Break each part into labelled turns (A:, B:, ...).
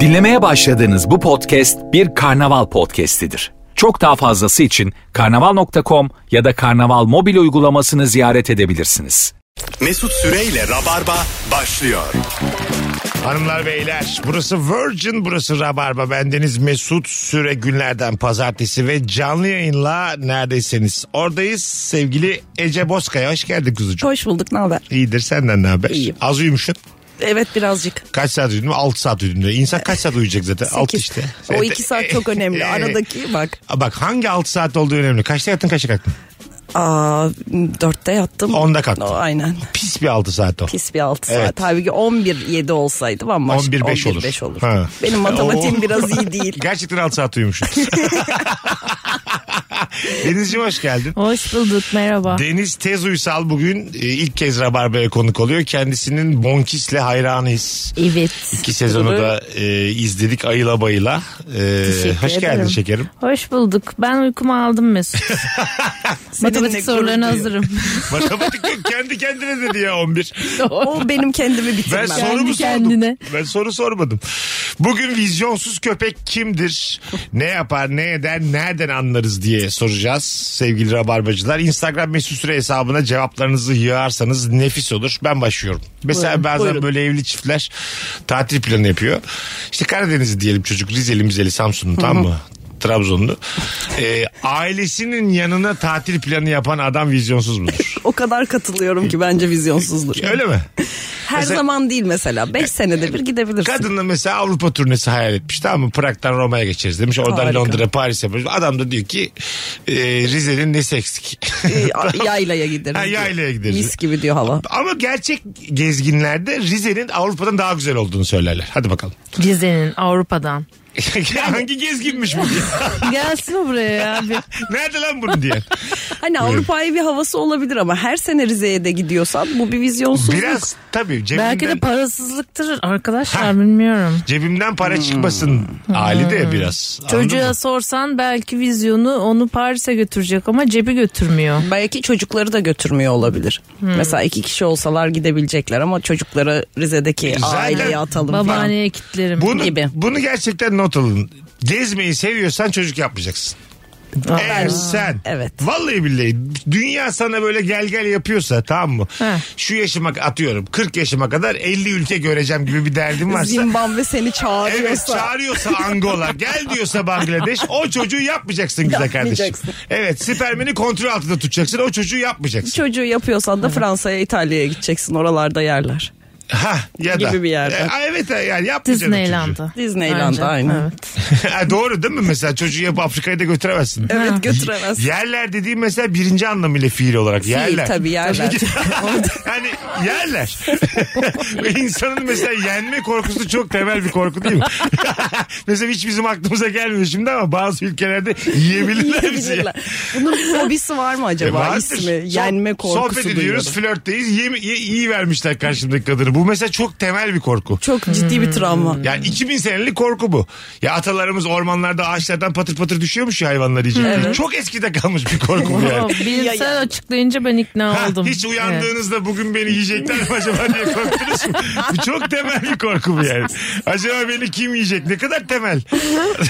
A: Dinlemeye başladığınız bu podcast bir karnaval podcastidir. Çok daha fazlası için karnaval.com ya da karnaval mobil uygulamasını ziyaret edebilirsiniz.
B: Mesut Süreyle Rabarba başlıyor.
C: Hanımlar beyler burası Virgin burası Rabarba bendeniz Mesut Süre günlerden pazartesi ve canlı yayınla neredeyseniz oradayız sevgili Ece Bozkaya hoş geldin kuzucuğum.
D: Hoş bulduk ne haber?
C: İyidir senden ne haber?
D: İyiyim.
C: Az uyumuşsun.
D: Evet birazcık.
C: Kaç saat uyudun? 6 saat uyudun diyor. İnsan kaç saat uyuyacak zaten? 6
D: Sekiz.
C: işte.
D: O iki saat çok önemli. Aradaki bak.
C: Bak hangi 6 saat olduğu önemli. Kaçta yattın kaçta kalktın?
D: Aa, dörtte yattım.
C: Onda kalktın.
D: O, aynen.
C: Pis bir 6 saat o.
D: Pis bir altı
C: Evet.
D: saat. Halbuki 11-7 olsaydı bambaşka.
C: 11-5 olur.
D: 11-5 olur.
C: Ha.
D: Benim matematiğim
C: Oo.
D: biraz iyi değil.
C: Gerçekten 6 saat uyumuşum. Denizciğim hoş geldin.
E: Hoş bulduk merhaba.
C: Deniz Tez Uysal bugün e, ilk kez Rabarba'ya konuk oluyor. Kendisinin Bonkis'le hayranıyız.
E: evet.
C: İki sezonu da e, izledik ayıla bayıla. E,
E: Teşekkür
C: hoş geldin
E: ederim.
C: şekerim.
E: Hoş bulduk. Ben uykumu aldım Mesut.
D: ne
E: Matematik sorularına
D: gurur
E: hazırım.
C: Matematik yok, kendi kendine dedi ya 11.
D: O benim kendimi
C: Ben
D: bitirmem.
C: soru mu
E: Kendi
C: sordum?
E: kendine.
C: Ben soru sormadım. Bugün vizyonsuz köpek kimdir? Ne yapar, ne eder, nereden anlarız diye soracağız sevgili rabarbacılar. Instagram mesut süre hesabına cevaplarınızı yığarsanız nefis olur. Ben başlıyorum. Mesela bazen böyle evli çiftler tatil planı yapıyor. İşte Karadeniz'i diyelim çocuk Rizeli, Mizeli, Samsunlu tamam mı? Trabzonlu. Ee, ailesinin yanına tatil planı yapan adam vizyonsuz mudur?
D: O kadar katılıyorum ki bence vizyonsuzdur.
C: Öyle mi?
D: Her
C: Mesela-
D: zaman değil mesela. 5 senede bir gidebilirsin.
C: Kadınla mesela Avrupa turnesi hayal etmiş tamam mı? Prag'dan Roma'ya geçeriz demiş. Oradan
D: Harika.
C: Londra, Paris yaparız. Adam da diyor ki e, Rize'nin nesi eksik?
D: Ee, yaylaya gideriz.
C: Ha, yaylaya gideriz.
D: Mis gibi diyor hava.
C: Ama gerçek gezginlerde Rize'nin Avrupa'dan daha güzel olduğunu söylerler. Hadi bakalım.
E: Rize'nin Avrupa'dan.
C: Hangi gezginmiş bu?
E: Gelsin buraya abi.
C: Nerede lan bunu diyen?
D: Hani Avrupa'ya bir havası olabilir ama her sene Rize'ye de gidiyorsan bu bir vizyonsuzluk.
C: Biraz tabii cebimden,
E: Belki de parasızlıktır arkadaşlar bilmiyorum.
C: cebimden para çıkmasın hali de biraz. Anladın
E: Çocuğa
C: mı?
E: sorsan belki vizyonu onu Paris'e götürecek ama cebi götürmüyor.
D: Belki çocukları da götürmüyor olabilir. Mesela iki kişi olsalar gidebilecekler ama çocukları Rize'deki
C: Zaten
D: aileye atalım falan.
E: Babaanneye kitlerim.
C: Bunu,
D: gibi.
C: bunu gerçekten not alın. Gezmeyi seviyorsan çocuk yapmayacaksın. Eğer sen
D: Evet.
C: vallahi billahi dünya sana böyle gel gel yapıyorsa tamam mı?
E: He.
C: Şu yaşıma atıyorum 40 yaşıma kadar 50 ülke göreceğim gibi bir derdin varsa.
D: Zimbabwe seni çağırıyorsa.
C: Evet çağırıyorsa Angola gel diyorsa Bangladeş o çocuğu yapmayacaksın güzel kardeşim.
D: Yapmayacaksın.
C: Evet spermini kontrol altında tutacaksın o çocuğu yapmayacaksın.
D: Çocuğu yapıyorsan da Fransa'ya İtalya'ya gideceksin oralarda yerler.
C: Ha ya da.
D: Gibi bir yerde.
C: E, evet yani yapmayacaksın o çocuğu.
E: Disneyland'a.
D: Disneyland'a,
E: Bence,
D: aynen.
E: Evet.
C: Ha, Doğru değil mi mesela çocuğu yapıp Afrika'ya da götüremezsin.
D: Evet götüremezsin.
C: Yerler dediğim mesela birinci anlamıyla fiil olarak yerler.
D: Değil tabii yerler.
C: yani yerler. Ve İnsanın mesela yenme korkusu çok temel bir korku değil mi? mesela hiç bizim aklımıza gelmiyor şimdi ama bazı ülkelerde yiyebilirler bizi.
D: Yiyebilirler. Bunun bir hobisi var mı
C: E,
D: acaba
C: vardır.
D: ismi? Yenme
C: Soh-
D: korkusu
C: Sohbet ediyoruz
D: duyuyorum.
C: flörtteyiz Yem- ye- iyi vermişler karşımdaki kadını. Bu mesela çok temel bir korku.
D: Çok ciddi bir travma.
E: Hmm.
C: Yani 2000 senelik korku bu. Ya atalarımız ormanlarda ağaçlardan patır patır düşüyormuş ya hayvanlar yiyecek. Çok eskide kalmış bir korku bu yani.
E: O, bir
D: Ya-
E: sen açıklayınca ben ikna
C: Ha,
E: oldum.
C: hiç
E: Evet.
C: uyandığınızda bugün beni yiyecekler mi acaba diye korktunuz mu? Bu çok temel bir korku bu yani. Acaba beni kim yiyecek? Ne kadar temel.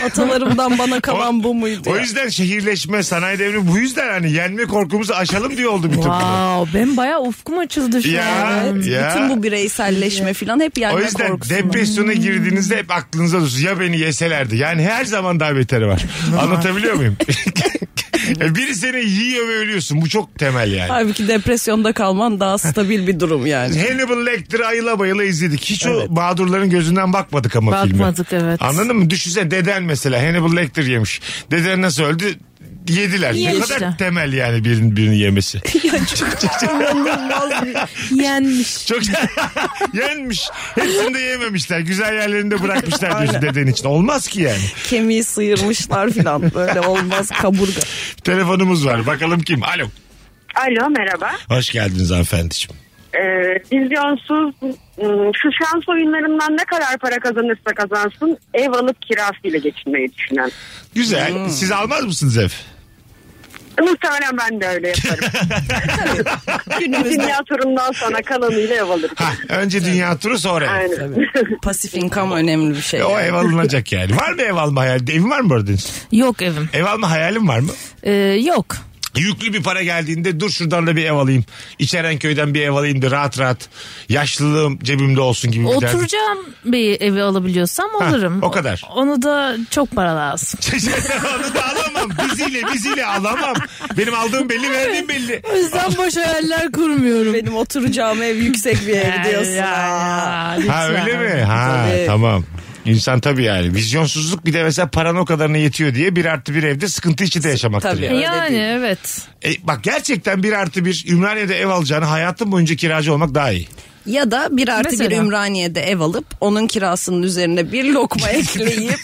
D: Atalarımdan bana kalan bu muydu?
C: O
D: ya?
C: yüzden şehirleşme, sanayi devrimi bu yüzden hani yenme korkumuzu aşalım diye oldu bir türlü.
E: Wow, ben bayağı ufkum açıldı şu
C: Ya,
E: an.
C: ya.
D: Bütün bu bireyselleşme falan hep yenme
C: O yüzden
D: korkusundan.
C: depresyona girdiğinizde hep aklınıza dursun. Ya beni yeselerdi. Yani her zaman daha beteri var. Anlatabiliyor muyum? Ya Biri seni yiyor ve ölüyorsun. Bu çok temel yani.
D: Halbuki depresyonda kalman daha stabil bir durum yani.
C: Hannibal Lecter'ı ayıla bayıla izledik. Hiç o mağdurların gözünden bakmadık ama filme.
E: Bakmadık, evet.
C: Anladın mı? Düşünsene deden mesela Hannibal Lecter yemiş. Deden nasıl öldü? Yediler. ne
E: Yedi
C: kadar
E: işte.
C: temel yani birinin birini yemesi.
E: Yenmiş.
C: Çok yenmiş. Hepsini de yememişler. Güzel yerlerinde bırakmışlar diyorsun deden için. Olmaz ki yani.
D: Kemiği sıyırmışlar falan. Böyle olmaz kaburga.
C: Telefonumuz var. Bakalım kim? Alo.
F: Alo merhaba.
C: Hoş geldiniz hanımefendiciğim.
F: Ee, vizyonsuz ım, şu şans oyunlarından ne kadar para kazanırsa kazansın ev alıp kirasıyla geçinmeyi düşünen.
C: Güzel. Siz almaz mısınız ev?
F: Muhtemelen ben de öyle yaparım.
D: Günümüzde
F: Dünya turundan sonra kalanıyla ev alırım.
C: Ha, önce dünya turu sonra. ev.
F: Aynen.
D: pasif income önemli bir şey.
C: O
D: yani.
C: ev alınacak yani. Var mı ev alma hayali? Evin var mı bu arada Deniz?
E: Yok evim.
C: Ev alma hayalin var mı?
E: Ee, yok.
C: Yüklü bir para geldiğinde dur şuradan da bir ev alayım. İçeren köyden bir ev alayım da rahat rahat. Yaşlılığım cebimde olsun gibi bir derdim.
E: Oturacağım bir evi alabiliyorsam alırım.
C: o kadar.
E: Onu da çok para lazım.
C: Onu da alamam. Biziyle biziyle alamam. Benim aldığım belli verdiğim belli.
E: O yüzden boş hayaller kurmuyorum.
D: Benim oturacağım ev yüksek bir ev diyorsun. Aa.
C: Ha öyle mi? Ha tamam. İnsan tabii yani. Vizyonsuzluk bir de mesela paran o kadarına yetiyor diye bir artı bir evde sıkıntı içinde yaşamaktır.
D: Tabii.
C: yani.
D: Öyle
E: Yani
D: değil.
E: evet.
C: E, bak gerçekten bir artı bir Ümraniye'de ev alacağını hayatın boyunca kiracı olmak daha iyi.
D: Ya da bir artı bir
E: Mesela.
D: Ümraniye'de ev alıp onun kirasının üzerine bir lokma ekleyip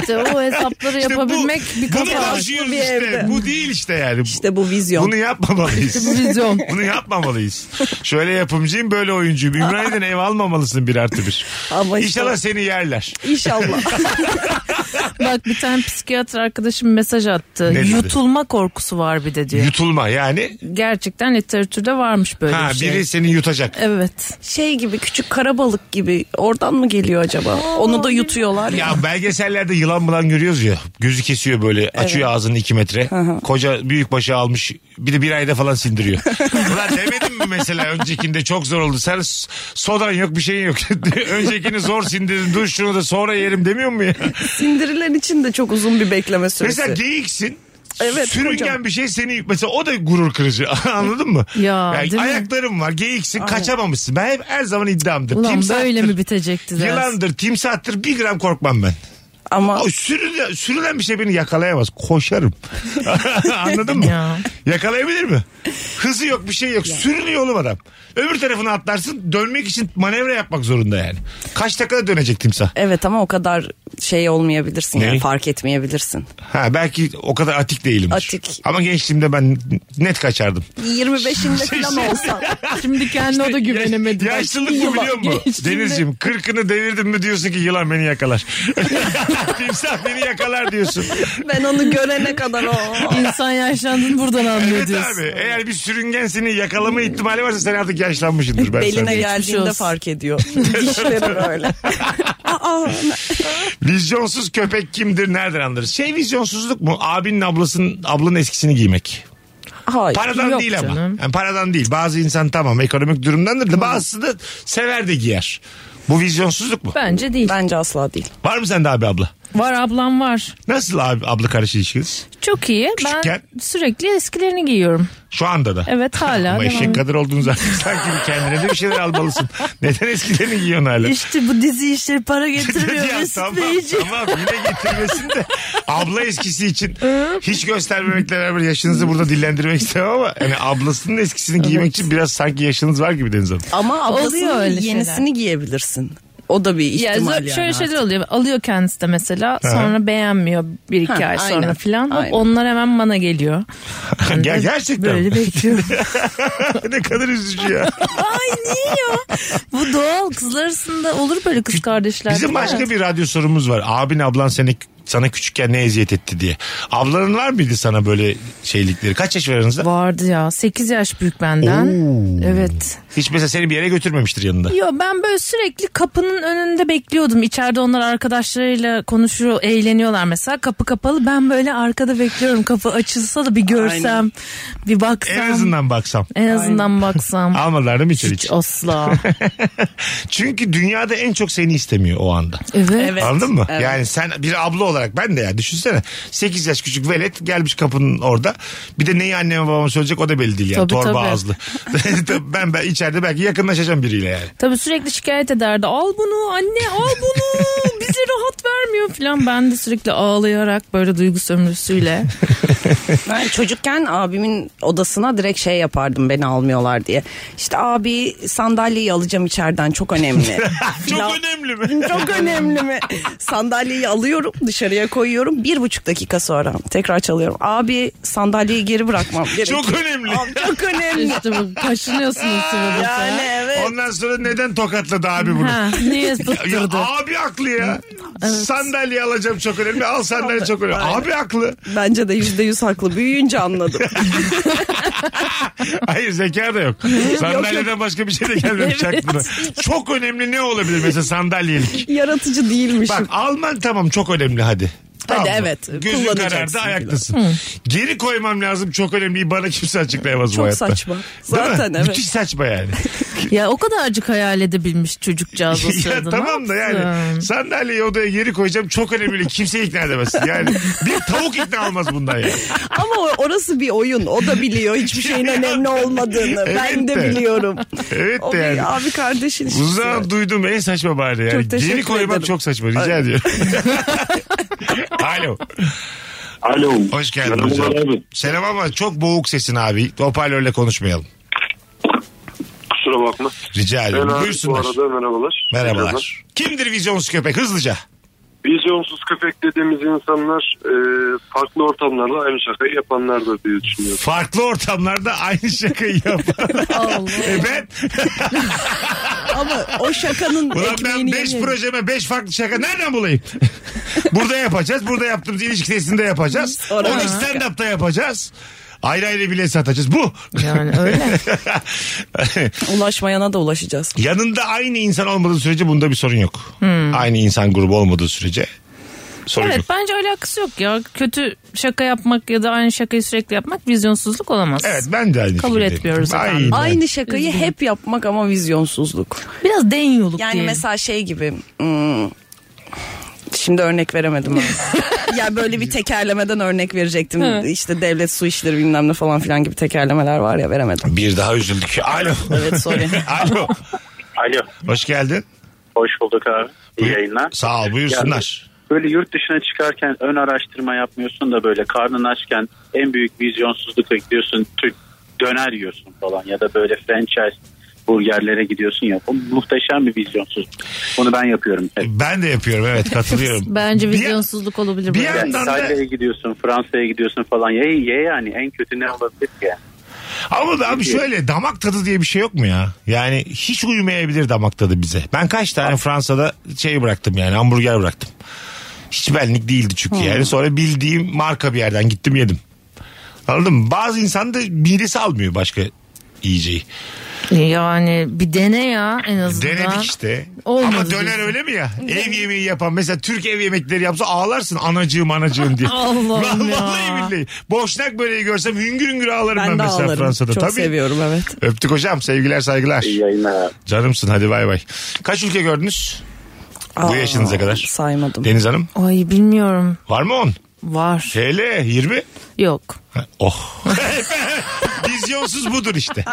E: İşte o hesapları
C: İşte bu-
E: yapabilmek bir
C: bunu
E: kafa.
C: konuşuyoruz
D: bir
C: işte.
D: evde.
C: Bu değil işte yani.
D: işte bu vizyon.
C: Bunu yapmamalıyız.
E: Vizyon.
C: Bunu yapmamalıyız. Şöyle yapımcıyım böyle oyuncuyum. Ümraniye'den ev almamalısın bir artı bir.
D: Ama işte-
C: İnşallah seni yerler.
D: İnşallah.
E: Bak bir tane psikiyatr arkadaşım mesaj attı.
C: dedi?
E: Yutulma korkusu var bir de diyor.
C: Yutulma yani.
E: Gerçekten literatürde varmış böyle
C: Ha,
E: bir şey.
C: biri seni yutacak.
E: Evet.
D: şey gibi küçük karabalık gibi oradan mı geliyor acaba? Onu da yutuyorlar ya.
C: Ya belgesellerde yılan bulan görüyoruz ya. Gözü kesiyor böyle. Açıyor ağzını iki metre. Koca büyük başı almış. Bir de bir ayda falan sindiriyor. Ulan demedim mi mesela öncekinde çok zor oldu. Sen s- sodan yok bir şeyin yok. Öncekini zor sindirdin. Dur şunu da sonra yerim demiyor mu ya?
D: Sindirilen için de çok uzun bir bekleme süresi.
C: mesela geyiksin.
D: Evet,
C: Sürüngen
D: hocam.
C: bir şey seni mesela o da gurur kırıcı anladın mı?
E: Ya,
C: Yani
E: değil mi?
C: ayaklarım var geyiksin kaçamamışsın. Ben hep her zaman iddiamdır.
E: Ulan
C: Timsahtır,
E: böyle mi bitecekti ders?
C: Yılandır timsahtır bir gram korkmam ben.
D: Ama
C: Ay, sürülen, sürülen bir şey beni yakalayamaz. Koşarım. Anladın mı?
E: Ya.
C: Yakalayabilir mi? Hızı yok bir şey yok. Sürünüyor oğlum adam. Öbür tarafına atlarsın dönmek için manevra yapmak zorunda yani. Kaç dakikada dönecek timsah?
D: evet ama o kadar şey olmayabilirsin
C: Ne?
D: yani fark etmeyebilirsin.
C: Ha, belki o kadar atik değilimdir.
D: Atik.
C: Ama gençliğimde ben net kaçardım. Şey,
D: 25'inde falan olsan.
E: Şimdi kendine o da güvenemedi.
C: Ya-
E: Bak,
C: Yaşlılık bu biliyor
E: yılan
C: musun?
E: geçtiğinde-
C: Denizciğim kırkını devirdim mi diyorsun ki yılan beni yakalar. timsah beni yakalar diyorsun.
D: Ben onu görene kadar o.
E: İnsan yaşlandığını buradan anlıyor
C: Evet
E: diyorsun.
C: abi eğer bir sürüngen seni yakalama ihtimali varsa sen artık yaşlanmışsındır. Ben sana
D: Beline
C: diyeyim.
D: geldiğinde
E: olsun.
D: fark ediyor. Dişleri böyle. Aa,
C: Vizyonsuz köpek kimdir nereden anlarız? Şey vizyonsuzluk mu? Abinin ablasının ablanın eskisini giymek.
D: hayır.
C: Paradan
E: E, yok
C: değil
E: canım.
C: ama. Yani paradan değil. Bazı insan tamam ekonomik durumdandır da bazısı da sever de giyer. Bu vizyonsuzluk mu?
E: Bence değil.
D: Bence asla değil.
C: Var mı sende abi abla?
E: Var ablam var.
C: Nasıl abi abla karış ilişkiniz?
E: Çok iyi.
C: Küçükken-
E: Ben sürekli eskilerini giyiyorum.
C: Şu anda da.
E: Evet hala.
C: Ama
E: devam
C: eşek
E: ediyor.
C: kadar olduğun zaten sanki bir kendine de bir şeyler almalısın. Neden eskilerini giyiyorsun hala?
E: İşte bu dizi işleri para getiriyor
C: Ya
E: Mesut
C: tamam,
E: Beyciğim.
C: tamam yine getirmesin de abla eskisi için hiç göstermemekle beraber yaşınızı burada dillendirmek istemem ama yani ablasının eskisini giymek için biraz sanki yaşınız var gibi Deniz Hanım.
D: Ama
E: Oluyor
D: ablasının
E: öyle
D: yenisini
E: şeyler.
D: giyebilirsin. O da bir
E: Ya
D: ihtimal
E: zor-
D: yani.
E: şöyle şeyler
D: artık.
E: oluyor. Alıyor kendisi de mesela. Sonra beğenmiyor bir iki
D: Ha,
E: ay sonra
D: aynen.
E: filan. Hop,
D: Aynen.
E: Onlar hemen bana geliyor. Ben
C: Ger-
E: de
C: gerçekten mi?
E: Böyle bekliyorum.
C: ne kadar üzücü ya.
E: Ay niye ya? Bu doğal kızlar arasında olur böyle kız kardeşler.
C: Bizim
E: değil mi?
C: başka bir radyo sorumuz var. Abin ablan seni sana küçükken ne eziyet etti diye. Ablanın var mıydı sana böyle şeylikleri? Kaç yaş var aranızda?
E: Vardı ya 8 yaş büyük benden. Evet.
C: Hiç mesela seni bir yere götürmemiştir yanında.
E: Yo ben böyle sürekli kapının önünde bekliyordum. İçeride onlar arkadaşlarıyla konuşuyor, eğleniyorlar mesela. Kapı kapalı ben böyle arkada bekliyorum. Kapı açılsa da bir görsem,
D: Aynen.
E: bir baksam.
C: En azından baksam.
E: En azından baksam.
C: Almadılar değil mi içeri?
E: Hiç asla.
C: Çünkü dünyada en çok seni istemiyor o anda.
E: Evet.
D: Evet.
C: Anladın mı?
D: Evet.
C: Yani sen bir abla olarak ben de ya düşünsene 8 yaş küçük velet gelmiş kapının orada. Bir de neyi anneme babama söyleyecek o da belli değil yani.
E: Tabii,
C: Torba
E: tabii.
C: ağızlı. Tabii ben, ben içeride belki yakınlaşacağım biriyle yani.
E: Tabii sürekli şikayet ederdi. Al bunu anne al bunu. Bize rahat vermiyor falan. Ben de sürekli ağlayarak böyle duygu sömürüsüyle.
D: Ben çocukken abimin odasına direkt şey yapardım beni almıyorlar diye. İşte abi sandalyeyi alacağım içeriden çok önemli.
C: Çok
D: Filan.
C: önemli mi?
D: çok önemli mi? Sandalyeyi alıyorum dışarıya koyuyorum. Bir buçuk dakika sonra tekrar çalıyorum. Abi sandalyeyi geri bırakmam gerekiyor.
C: Çok önemli.
D: Abi, çok önemli.
E: işte bu kaşınıyorsunuz sırada.
D: yani evet.
C: Ondan sonra neden tokatladı abi bunu?
E: Ha, niye
C: Ya
E: fıttırdı?
C: abi haklı ya. Sandalye alacağım çok önemli. Al sandalye çok önemli. Abi haklı.
D: Bence de yüzde yüz haklı. Büyüyünce anladım.
C: Hayır zeka da yok. Sandalyeden başka bir şey de gelmemiş aklına. Çok önemli ne olabilir mesela sandalyelik?
D: Yaratıcı
C: Bak
D: değilmişim.
C: Alman tamam çok önemli hadi. Tamam mı?
D: evet,
C: Gözün
D: kullanacaksın
C: karardı
D: biraz.
C: ayaktasın. Geri koymam lazım çok önemli. Bana kimse açıklayamaz bu
D: Çok
C: hayatta.
D: saçma.
C: Değil mi?
D: Zaten evet.
C: Müthiş saçma yani.
E: Ya o kadarcık hayal edebilmiş çocukcağız o
C: ya
E: sırada.
C: tamam da
E: Ne
C: yani
E: yapsın?
C: sandalyeyi odaya geri koyacağım çok önemli. Kimse ikna edemezsin yani. Bir tavuk ikna olmaz bundan yani.
D: Ama o- orası bir oyun. O da biliyor hiçbir şeyin önemli olmadığını.
C: Evet
D: ben de,
C: de.
D: biliyorum.
C: Evet
D: O
C: de
D: bir
C: yani.
D: abi kardeşin işi.
C: Uzağa duydum en saçma bari yani.
D: Çok teşekkür
C: Geri koymam
D: ederim.
C: çok saçma rica ediyorum. Alo.
G: Alo.
C: Hoş geldin hocam. Selam ama çok boğuk sesin abi. Hoparlörle konuşmayalım.
G: Kusura bakma.
C: Rica ediyorum. Buyursunlar.
G: merhabalar.
C: Merhabalar. Kimdir vizyonsuz köpek? Hızlıca.
G: Vizyonsuz köpek dediğimiz insanlar e, farklı ortamlarda aynı şakayı yapanlardır diye düşünüyorum.
C: Farklı ortamlarda aynı şakayı yapan.
E: Allah.
C: e ben,
D: Ama o şakanın
C: ulan ben
D: ekmeğini
C: 5
D: yemeyelim.
C: projeme 5 farklı şaka nereden bulayım? burada yapacağız. Burada yaptığımız ilişki testinde yapacağız.
D: Orada
C: Onu
D: başka.
C: stand-up'ta yapacağız. Ayrı ayrı bile satacağız. Bu.
E: Yani öyle.
D: Ulaşmayana da ulaşacağız.
C: Yanında aynı insan olmadığı sürece bunda bir sorun yok. Aynı insan grubu olmadığı sürece sorun
E: Hmm. evet
C: yok.
E: bence alakası yok ya. Kötü şaka yapmak ya da aynı şakayı sürekli yapmak vizyonsuzluk olamaz.
C: Evet ben de aynı
E: Kabul
C: fikirdeyim.
E: etmiyoruz efendim.
C: Aynen.
D: Aynı şakayı hep yapmak ama vizyonsuzluk.
E: Biraz den yoluk
D: Yani
E: diyelim.
D: mesela şey gibi. hmm, şimdi örnek veremedim. ya yani böyle bir tekerlemeden örnek verecektim. işte devlet su işleri bilmem ne falan filan gibi tekerlemeler var ya veremedim.
C: Bir daha üzüldük. Alo.
D: Evet sorry.
C: Alo.
H: Alo.
C: Hoş geldin.
H: Hoş bulduk abi. İyi yayınlar.
C: Sağ ol buyursunlar.
H: Böyle yurt dışına çıkarken ön araştırma yapmıyorsun da böyle karnın açken en büyük vizyonsuzlukla gidiyorsun. Türk döner yiyorsun falan ya da böyle franchise burgerlere gidiyorsun ya. Bu muhteşem bir vizyonsuzluk. Bunu ben yapıyorum. hep.
C: Ben de yapıyorum evet katılıyorum.
E: Bence
C: Bir-
E: vizyonsuzluk olabilir.
C: bir
E: bu.
C: yandan-
H: Yani
C: da-
H: İtalya'ya gidiyorsun, Fransa'ya gidiyorsun falan. Ye, ye yani en kötü ne olabilir ki?
C: Ama da abi şöyle damak tadı diye bir şey yok mu ya? Yani hiç uymayabilir damak tadı bize. Ben kaç tane Fransa'da şey bıraktım yani hamburger bıraktım. Hiç benlik değildi çünkü
E: Hmm.
C: yani. Sonra bildiğim marka bir yerden gittim yedim. Anladın mı? Bazı insan da midesi almıyor başka yiyeceği.
E: Yani bir dene ya en azından.
C: Denedik işte.
E: Olmadı
C: Ama döner
E: diyorsun.
C: öyle mi ya? Ev yemeği yapan mesela Türk ev yemekleri yapsa ağlarsın anacığım anacığım diye.
E: Allah'ım ya.
C: Vallahi billahi. Boşnak böreği görsem hüngür hüngür ağlarım ben,
D: ben de
C: mesela
D: ağlarım.
C: Fransa'da.
D: Çok
C: Tabii.
D: seviyorum evet.
C: Öptük hocam sevgiler saygılar.
H: İyi yayınlar.
C: Canımsın hadi bay bay. Kaç ülke gördünüz? Bu
D: Aa,
C: yaşınıza kadar.
D: Saymadım.
C: Deniz Hanım
E: Ay bilmiyorum.
C: var mı 10?
E: Var.
C: TL 20?
E: Yok.
C: Ha, Oh. Vizyonsuz budur işte.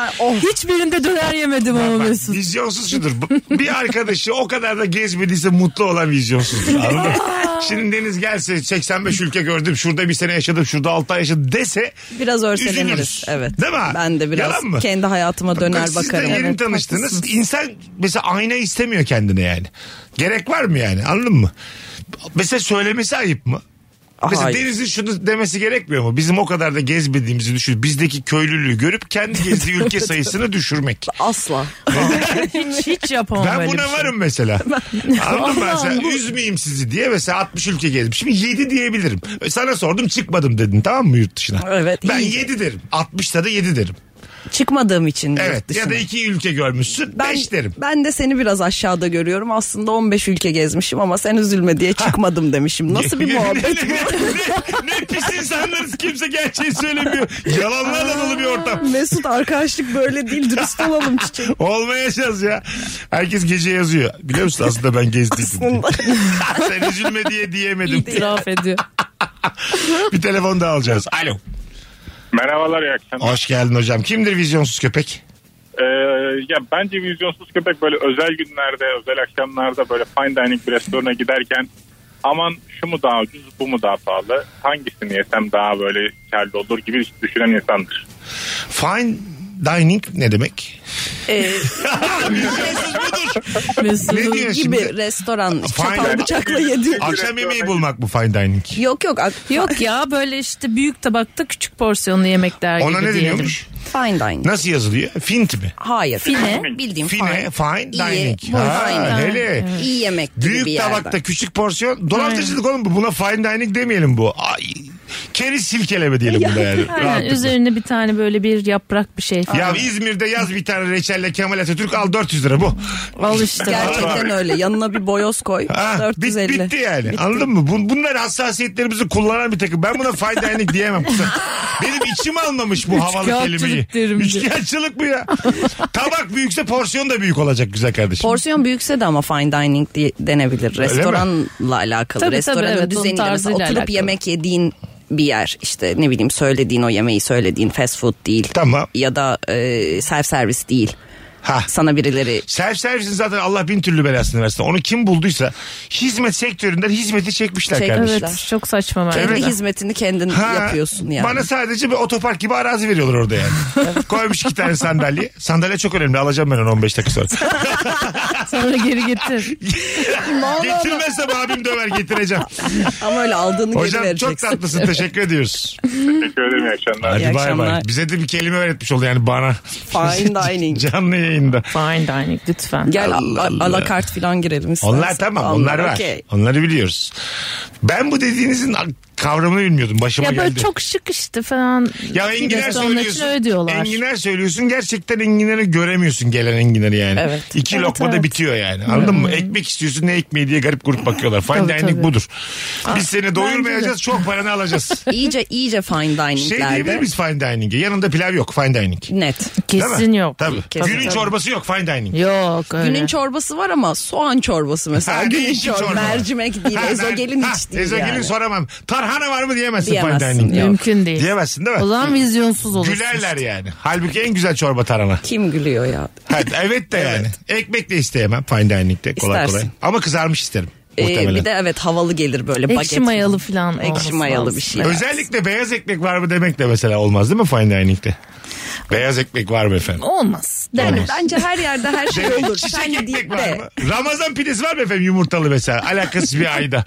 E: Hiçbirinde döner yemedim ama
C: Bak,
E: Mesut.
C: vizyonsuz şudur. Bu- Bir arkadaşı o kadar da gezmediyse mutlu olan vizyonsuzdur. Anladın mı? Şimdi Deniz gelse 85 ülke gördüm. Şurada bir sene yaşadım. Şurada 6 ay yaşadım dese.
D: Biraz örseleniriz.
C: Üzülürüz.
D: Evet.
C: Değil mi?
D: Ben de biraz
C: Yalan mı?
D: kendi hayatıma döner
C: Siz
D: bakarım.
C: de yeni
D: Evet,
C: tanıştınız.
D: haklısın.
C: İnsan mesela ayna istemiyor kendine yani. Gerek var mı yani anladın mı? Mesela söylemesi ayıp mı? Mesela
D: Hayır.
C: Deniz'in şunu demesi gerekmiyor mu? Bizim o kadar da gezmediğimizi düşün. Bizdeki köylülüğü görüp kendi gezdiği ülke sayısını düşürmek.
D: Asla.
E: Hiç, hiç yapamam
C: Ben
E: öyle
C: buna
E: bir şey.
C: varım mesela. Anladın mı?
E: Allah'ım
C: Mesela
E: bu-
C: üzmeyeyim sizi diye mesela 60 ülke gezdim. Şimdi 7 diyebilirim. Sana sordum çıkmadım dedin tamam mı yurt dışına?
D: Evet,
C: Ben
D: iyi.
C: 7 derim. 60'ta da 7 derim.
D: Çıkmadığım için. yurt
C: Evet
D: dışına.
C: ya da 2 ülke görmüşsün
D: ben,
C: 5 derim.
D: ben de seni biraz aşağıda görüyorum. Aslında 15 ülke gezmişim ama sen üzülme diye çıkmadım demişim. Nasıl bir muhabbet
C: ne,
D: bu?
C: ne, ne pis insanlarız kimse gerçeği söylemiyor. Yalanlarla dolu bir ortam.
D: Mesut arkadaşlık böyle değil dürüst olalım çiçeğim.
C: Olmayacağız ya. Herkes gece yazıyor. Biliyor musun aslında ben gezdiydim. diye.
D: Aslında.
C: Sen üzülme diye diyemedim.
E: İtiraf ediyor.
C: bir telefon daha alacağız. Alo.
I: Merhabalar iyi akşamlar.
C: Hoş geldin hocam. Kimdir vizyonsuz köpek?
I: Ee, ya bence vizyonsuz köpek böyle özel günlerde, özel akşamlarda böyle fine dining bir restorana giderken aman şu mu daha ucuz, bu mu daha pahalı, hangisini yesem daha böyle karlı olur gibi düşünen insandır.
C: Fine dining ne demek?
D: Ee,
C: Vizyonsuz budur.
D: Mesut'un
C: Ne diyor
D: gibi
C: şimdi?
D: restoran
C: Fine.
D: çatal bıçakla yedi.
C: Akşam yemeği bulmak mı fine dining?
D: Yok yok. ak-
E: Yok ya böyle işte büyük tabakta küçük porsiyonlu yemekler
C: Ona
E: gibi
C: ne
E: diyelim.
C: deniyormuş?
D: Fine dining.
C: Nasıl yazılıyor? Fint mi?
D: Hayır.
E: Fine.
D: Bildiğim
C: Fine,
D: fine.
C: fine
D: İyi,
C: dining.
D: bu
C: Ha,
D: fine dining.
C: hele.
D: İyi yemek gibi bir
C: Büyük
D: yerden.
C: tabakta küçük porsiyon. Dolandırıcılık oğlum bu. Buna fine dining demeyelim bu. Ay, keriz silkeleme diyelim buna yani.
E: Aynen,
C: Rahatlıkla.
E: üzerine bir tane böyle bir yaprak bir şey falan.
C: Ya İzmir'de yaz bir tane reçelle Kemal Atatürk al 400 lira bu.
E: Al işte.
D: Gerçekten öyle. Yanına bir boyoz koy.
C: Ha, Ah, bit-
D: 450.
C: bitti yani. Anladın mı? Bun, bunlar hassasiyetlerimizi kullanan bir takım. Ben buna fine dining diyemem. Kusura- Benim içim almamış bu havalı
E: Üçkağıtçılık
C: kelimeyi.
E: derim diye.
C: Üçkağıtçılık mı ya? Tabak büyükse porsiyon da büyük olacak güzel kardeşim.
D: Porsiyon büyükse de ama fine dining diye denebilir. Restoranla alakalı.
E: Tabii,
D: Restoranın
E: tabii, evet, onun
D: düzeniyle mesela
E: tarzıyla
D: oturup
E: alakalı.
D: yemek yediğin bir yer işte ne bileyim söylediğin o yemeği söylediğin fast food değil.
C: Tamam.
D: Ya da e, self servis değil.
C: ha.
D: Sana birileri
C: Self servisin zaten Allah bin türlü belasını versin. Onu kim bulduysa hizmet sektöründen hizmeti çekmişler
D: Çek-
C: kardeşim.
E: Evet çok saçma bence.
D: kendi
C: Evet.
D: hizmetini kendin
C: Ha,
D: yapıyorsun yani.
C: Bana sadece bir otopark gibi arazi veriyorlar orada yani. Koymuş iki tane sandalye. Sandalye çok önemli. Alacağım ben onu 15 dakika sonra.
E: Sonra geri getir.
C: Getirmezsem abim döver getireceğim.
D: Ama öyle aldığını geri
C: Hocam çok
D: vereceksin.
C: tatlısın. Teşekkür ediyoruz.
I: Teşekkür
G: Hmm.
I: ederim iyi akşamlar.
C: Hadi bay bay.
D: akşamlar.
C: Bize de bir kelime öğretmiş oldu yani bana.
D: Fine dining.
C: Canlı yayında.
E: Fine dining lütfen.
D: Gel
C: Allah
D: a-
C: Allah.
D: a- alakart falan girelim istersen.
C: Onlar tamam onlar var.
D: okey.
C: Onları biliyoruz. Ben bu dediğinizin kavramını bilmiyordum. Başıma
E: Ya böyle
C: geldi.
E: çok şık işte falan.
C: Ya enginar
E: Restoranlar
C: söylüyorsun.
E: için öyle diyorlar.
C: Enginar söylüyorsun gerçekten enginarı göremiyorsun gelen enginarı yani.
D: Evet.
C: İki
E: Evet,
C: lokma da
E: evet.
C: bitiyor yani. Anladın mı? Ekmek istiyorsun ne ekmeği diye garip grup bakıyorlar. Fine
E: Tabii,
C: dining
E: tabii. Ah,
C: budur. Biz seni doyurmayacağız çok paranı alacağız.
D: İyice iyice fine
C: şey diyebilir
D: dininglerde
C: miyiz fine dining'e? Yanında pilav yok fine dining. Değil
D: net.
C: mi?
E: Kesin yok.
C: Tabii.
D: Kesin.
C: Günün
D: Tabii.
C: çorbası yok fine dining.
E: Yok öyle.
D: Günün çorbası var ama soğan çorbası mesela.
C: Ha,
D: Günün
C: değişik
D: çorbası.
C: çorba.
D: Mercimek değil,
C: Ha,
D: ezogelin
C: ha,
D: hiç değil
C: Ezogelin
D: yani.
C: soramam. Tarhana var mı diyemezsin,
D: Diyemezsin,
C: fine dining'de.
D: yok.
E: Mümkün değil.
C: Diyemezsin değil mi?
E: O zaman vizyonsuz olursun.
C: Gülerler yani. Halbuki en güzel çorba tarhana.
D: Kim gülüyor ya?
C: Ha, evet de yani. Ekmek de isteyemem fine dining'de kolay
D: İstersin.
C: kolay. Ama kızarmış isterim.
D: Ee,
C: muhtemelen.
D: bir de evet havalı gelir böyle
E: Ekşi
D: baget.
E: mayalı falan
D: Ekşi
E: olması
D: mayalı
E: lazım.
D: bir şey.
C: Özellikle beyaz ekmek var mı demek de mesela olmaz değil mi fine dining'de? Beyaz ekmek var mı efendim?
E: Olmaz.
D: Yani
E: Denir.
D: bence her yerde her şey
C: Demek.
D: olur.
C: Çiçek
D: Sen
C: ekmek
D: deyip
C: var
D: de.
C: mı? Ramazan pidesi var mı efendim yumurtalı mesela? Alakasız bir ayda.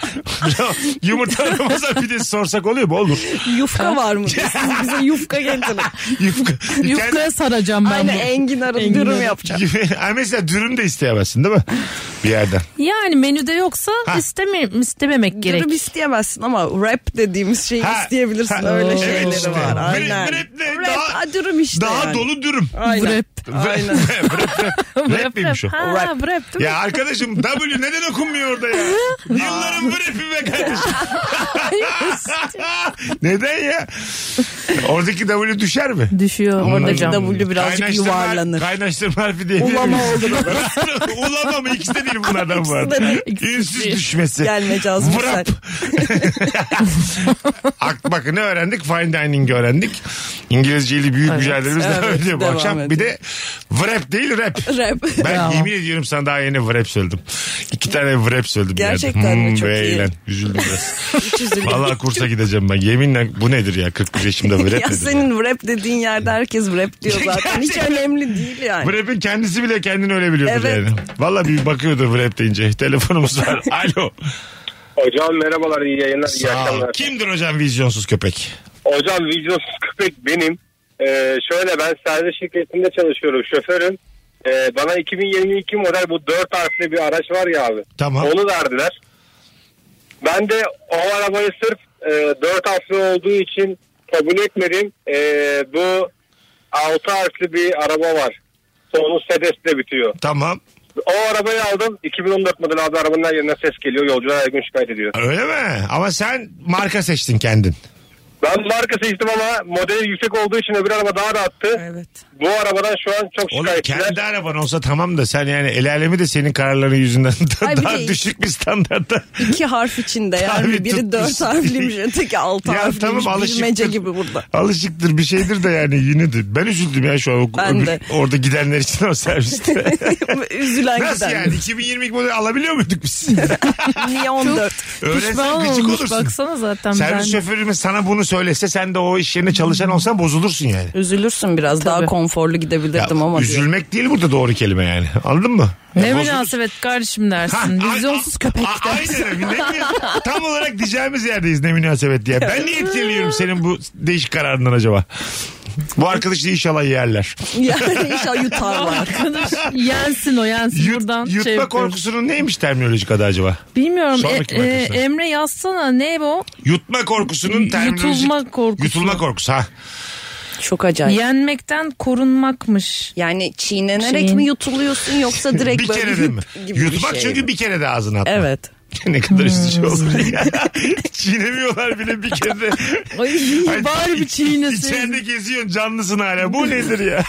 C: Yumurtalı Ramazan pidesi sorsak oluyor mu? Olur.
D: Yufka var mı? Siz bize yufka getirin.
C: Yufka,
E: Yufkaya saracağım ben
D: Aynen
E: bunu.
D: enginarın dürüm yapacağım.
C: Ha, mesela dürüm de isteyemezsin değil mi? Bir yerden.
E: Yani menüde yoksa isteme, istememek gerek.
D: Dürüm isteyemezsin ama rap dediğimiz şeyi
C: Ha,
D: isteyebilirsin.
C: ha,
D: Öyle
C: evet
D: şeyleri
C: işte.
D: var.
C: Rap,
D: Aynen.
C: rap ne?
D: Rap,
C: Daha-
D: ha, dürüm işte
C: Daha
D: yani.
C: dolu dürüm.
D: Aynen.
E: Rap.
D: Aynen.
C: Rap, rap, rap. Rap miymiş o?
E: Ha,
D: Rap.
E: rap. değil mi?
C: Ya arkadaşım W neden okunmuyor orada ya? Yılların rapi be kardeşim. neden ya? Oradaki W düşer mi?
E: Düşüyor orada
D: Oradaki
E: cam.
D: W birazcık
C: Kaynaştırma-
D: yuvarlanır.
C: Kaynaştırma harfi diye.
D: Ulama oldu.
C: Ulama mı? İkisi de değil bunlardan bu arada.
D: İkisi de
C: Ünsüz düşmesi.
D: Gelme cazım
C: Vrap. Ak, bak ne öğrendik? Fine dining'i öğrendik. İngilizceyle büyük mücadelemiz
D: evet,
C: devam ediyor bu
D: devam
C: akşam. Bir de vrap değil rap.
D: Rap.
C: Ben yemin ediyorum sana daha yeni vrap söyledim. İki tane vrap söyledim. bir yerde.
D: Gerçekten mi? Çok
C: be
D: iyi.
C: eğlen. Üzüldüm biraz. Vallahi kursa gideceğim ben. Yeminle bu nedir ya? 41 yaşımda vrap
D: ya
C: nedir? ya?
D: senin rap dediğin yerde herkes rap diyor zaten. Hiç
C: Gerçekten.
D: önemli değil yani.
C: Vrap'in kendisi bile kendini öyle biliyordur
D: Hani- Evet.
C: yani. Valla bir bakıyordur vrap deyince. Telefonumuz var. Alo.
G: Hocam merhabalar iyi yayınlar iyi
C: Sağ ol.
G: akşamlar.
C: Kimdir hocam vizyonsuz köpek?
G: Hocam vizyonsuz köpek benim. Ee, şöyle ben servis şirketinde çalışıyorum şoförüm. Ee, bana 2022 model bu 4 harfli bir araç var ya abi.
C: Tamam.
G: Onu verdiler. Ben de o arabayı sırf e, 4 harfli olduğu için kabul etmedim. E, bu 6 harfli bir araba var. Sonu Sedes'le bitiyor.
C: Tamam.
G: O arabayı aldım. 2014 model abi arabanın her yerine ses geliyor. Yolcular her gün şikayet ediyor.
C: Öyle mi? Ama sen marka seçtin kendin.
G: Ben marka seçtim ama modeli yüksek olduğu için öbür araba daha rahattı.
D: Evet.
G: Bu arabadan şu an çok
C: Oğlum
G: şikayetçiler.
C: kendi araban olsa tamam da sen yani el alemi de senin kararların yüzünden da-
D: Ay bir
C: daha
D: de-
C: düşük bir standarda.
D: İki harf içinde
C: Harbi
D: yani. Biri
C: tutmuş.
D: dört harfliymiş öteki altı
C: Ya
D: harfliymiş.
C: tamam, alışıktır.
D: Bilmece gibi burada.
C: Alışıktır bir şeydir de yani yine de. Ben üzüldüm ya şu an o-
D: Ben de.
C: orada gidenler için o serviste.
D: Üzülen
C: Nasıl
D: giden.
C: yani 2022 model alabiliyor muyduk biz?
D: Niye 14?
C: Öğrensen
E: Pişman
C: gıcık
E: olmuş
C: olursun.
E: baksana zaten
C: Servis
E: ben. Hmm.
C: şoförümüz sana bunu söylese sen de o iş yerine çalışan olsan bozulursun yani.
D: Üzülürsün biraz daha konforlu gidebilirdim
C: Ya,
D: ama. diyor.
C: üzülmek değil burada doğru kelime yani. Anladın mı?
E: Ne
C: Ya, bozul-
E: münasebet kardeşim dersin.
C: Ha, ah,
E: Vizyonsuz
C: a-
E: köpek
C: a-
E: dersin.
C: Aynen öyle. Ne mi- Tam olarak diyeceğimiz yerdeyiz ne münasebet diye. Ben niye etkileniyorum senin bu değişik kararından acaba? Bu arkadaşı inşallah yerler.
D: Yani inşallah yutarlar.
E: Arkadaş yensin o yensin
C: Yut-
E: buradan. şey
C: yutma
E: yapıyoruz.
C: korkusunun neymiş terminolojik adı acaba?
E: Bilmiyorum.
C: Sonra
E: E,
C: kim
E: e,
C: arkadaşlar?
E: Emre yazsana ne bu?
C: Yutma korkusunun terminolojik...
E: Yutulma korkusu.
C: Yutulma korkusu ha.
D: Çok acayip.
E: Yenmekten korunmakmış.
D: Yani çiğnenerek
E: Şeyin-
D: mi yutuluyorsun yoksa direkt
C: bir
D: böyle
C: kere de mi?
D: hüp gibi
C: Yutmak
D: bir şey
C: çünkü
D: mi?
C: bir kere de ağzına atmak.
D: Evet.
C: ne kadar üzücü olur ya. Çiğnemiyorlar bile bir kere de.
E: Ay,
C: Ay,
E: bari bir çiğnesin.
C: İçeride geziyorsun canlısın hala. Bu nedir ya?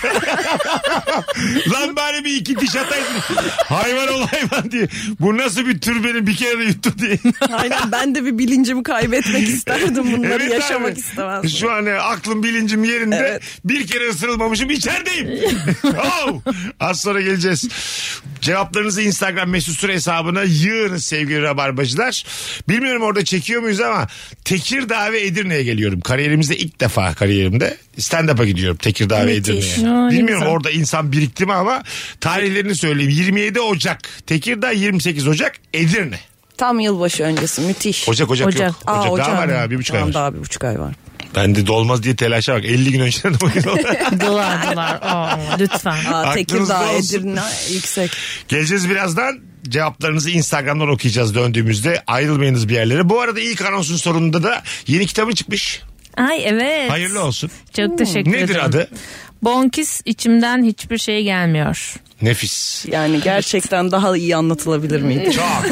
C: Lan bari bir iki diş ataydın. Hayvan ol hayvan diye. Bu nasıl bir tür beni bir kere de yuttu diye.
D: Aynen ben de bir bilincimi kaybetmek isterdim bunları
C: Evet
D: yaşamak
C: abi.
D: istemezdim.
C: Şu an e, aklım bilincim yerinde.
D: Evet.
C: Bir kere ısırılmamışım içerideyim. Oh! Az sonra geleceğiz. Cevaplarınızı Instagram mesut süre hesabına yığınız sevgili rabarbacılar. Bilmiyorum orada çekiyor muyuz ama Tekirdağ ve Edirne'ye geliyorum. Kariyerimizde ilk defa kariyerimde stand-up'a gidiyorum Tekirdağ ve
E: Müthiş.
C: Edirne'ye.
E: Ya, ne
C: Bilmiyorum
E: güzel.
C: orada insan birikti mi ama tarihlerini söyleyeyim. 27 Ocak Tekirdağ 28 Ocak Edirne.
D: Tam yılbaşı öncesi müthiş.
C: Ocak Ocak,
E: Ocak.
C: yok. Ocak,
D: Aa,
C: daha var
D: mı?
C: ya bir buçuk ay
D: Tamam,
C: var.
D: Daha bir buçuk ay var.
C: Ben de dolmaz diye telaşa bak. 50 gün önceden oynuyorlar.
E: Dolar dolar. Aa, lütfen.
D: Aa,
C: Aklınızda
D: Tekirdağ,
C: olsun.
D: Edirne yüksek.
C: Geleceğiz birazdan. Cevaplarınızı Instagram'dan okuyacağız döndüğümüzde. Ayrılmayınız bir yerlere. Bu arada ilk anonsun sonunda da yeni kitabın çıkmış.
E: Ay evet.
C: Hayırlı olsun.
E: Çok teşekkür ederim.
C: Nedir adı?
E: Bonkis içimden hiçbir şey gelmiyor.
C: Nefis.
D: Yani gerçekten daha iyi anlatılabilir miydi?
C: Çok.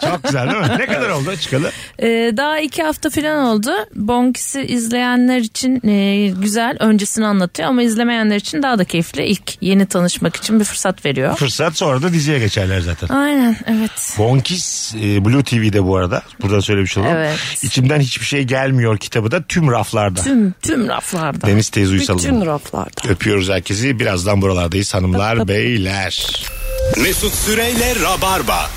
C: Çok güzel değil mi? Ne kadar oldu çıkalı?
E: Ee, daha iki hafta falan oldu. Bonkis'i izleyenler için e, güzel öncesini anlatıyor ama izlemeyenler için daha da keyifli. İlk yeni tanışmak için bir fırsat veriyor.
C: Fırsat sonra da diziye geçerler zaten.
E: Aynen evet.
C: Bonkis e, Blue TV'de bu arada. Buradan söylemiş olalım.
E: Evet.
C: İçimden hiçbir şey gelmiyor kitabı da tüm raflarda.
E: Tüm tüm raflarda.
C: Deniz teyze uysalım.
D: Bütün raflarda.
C: Öpüyoruz herkesi. Birazdan buralardayız hanımlar beyler.
B: Mesut Süreyle Rabarba.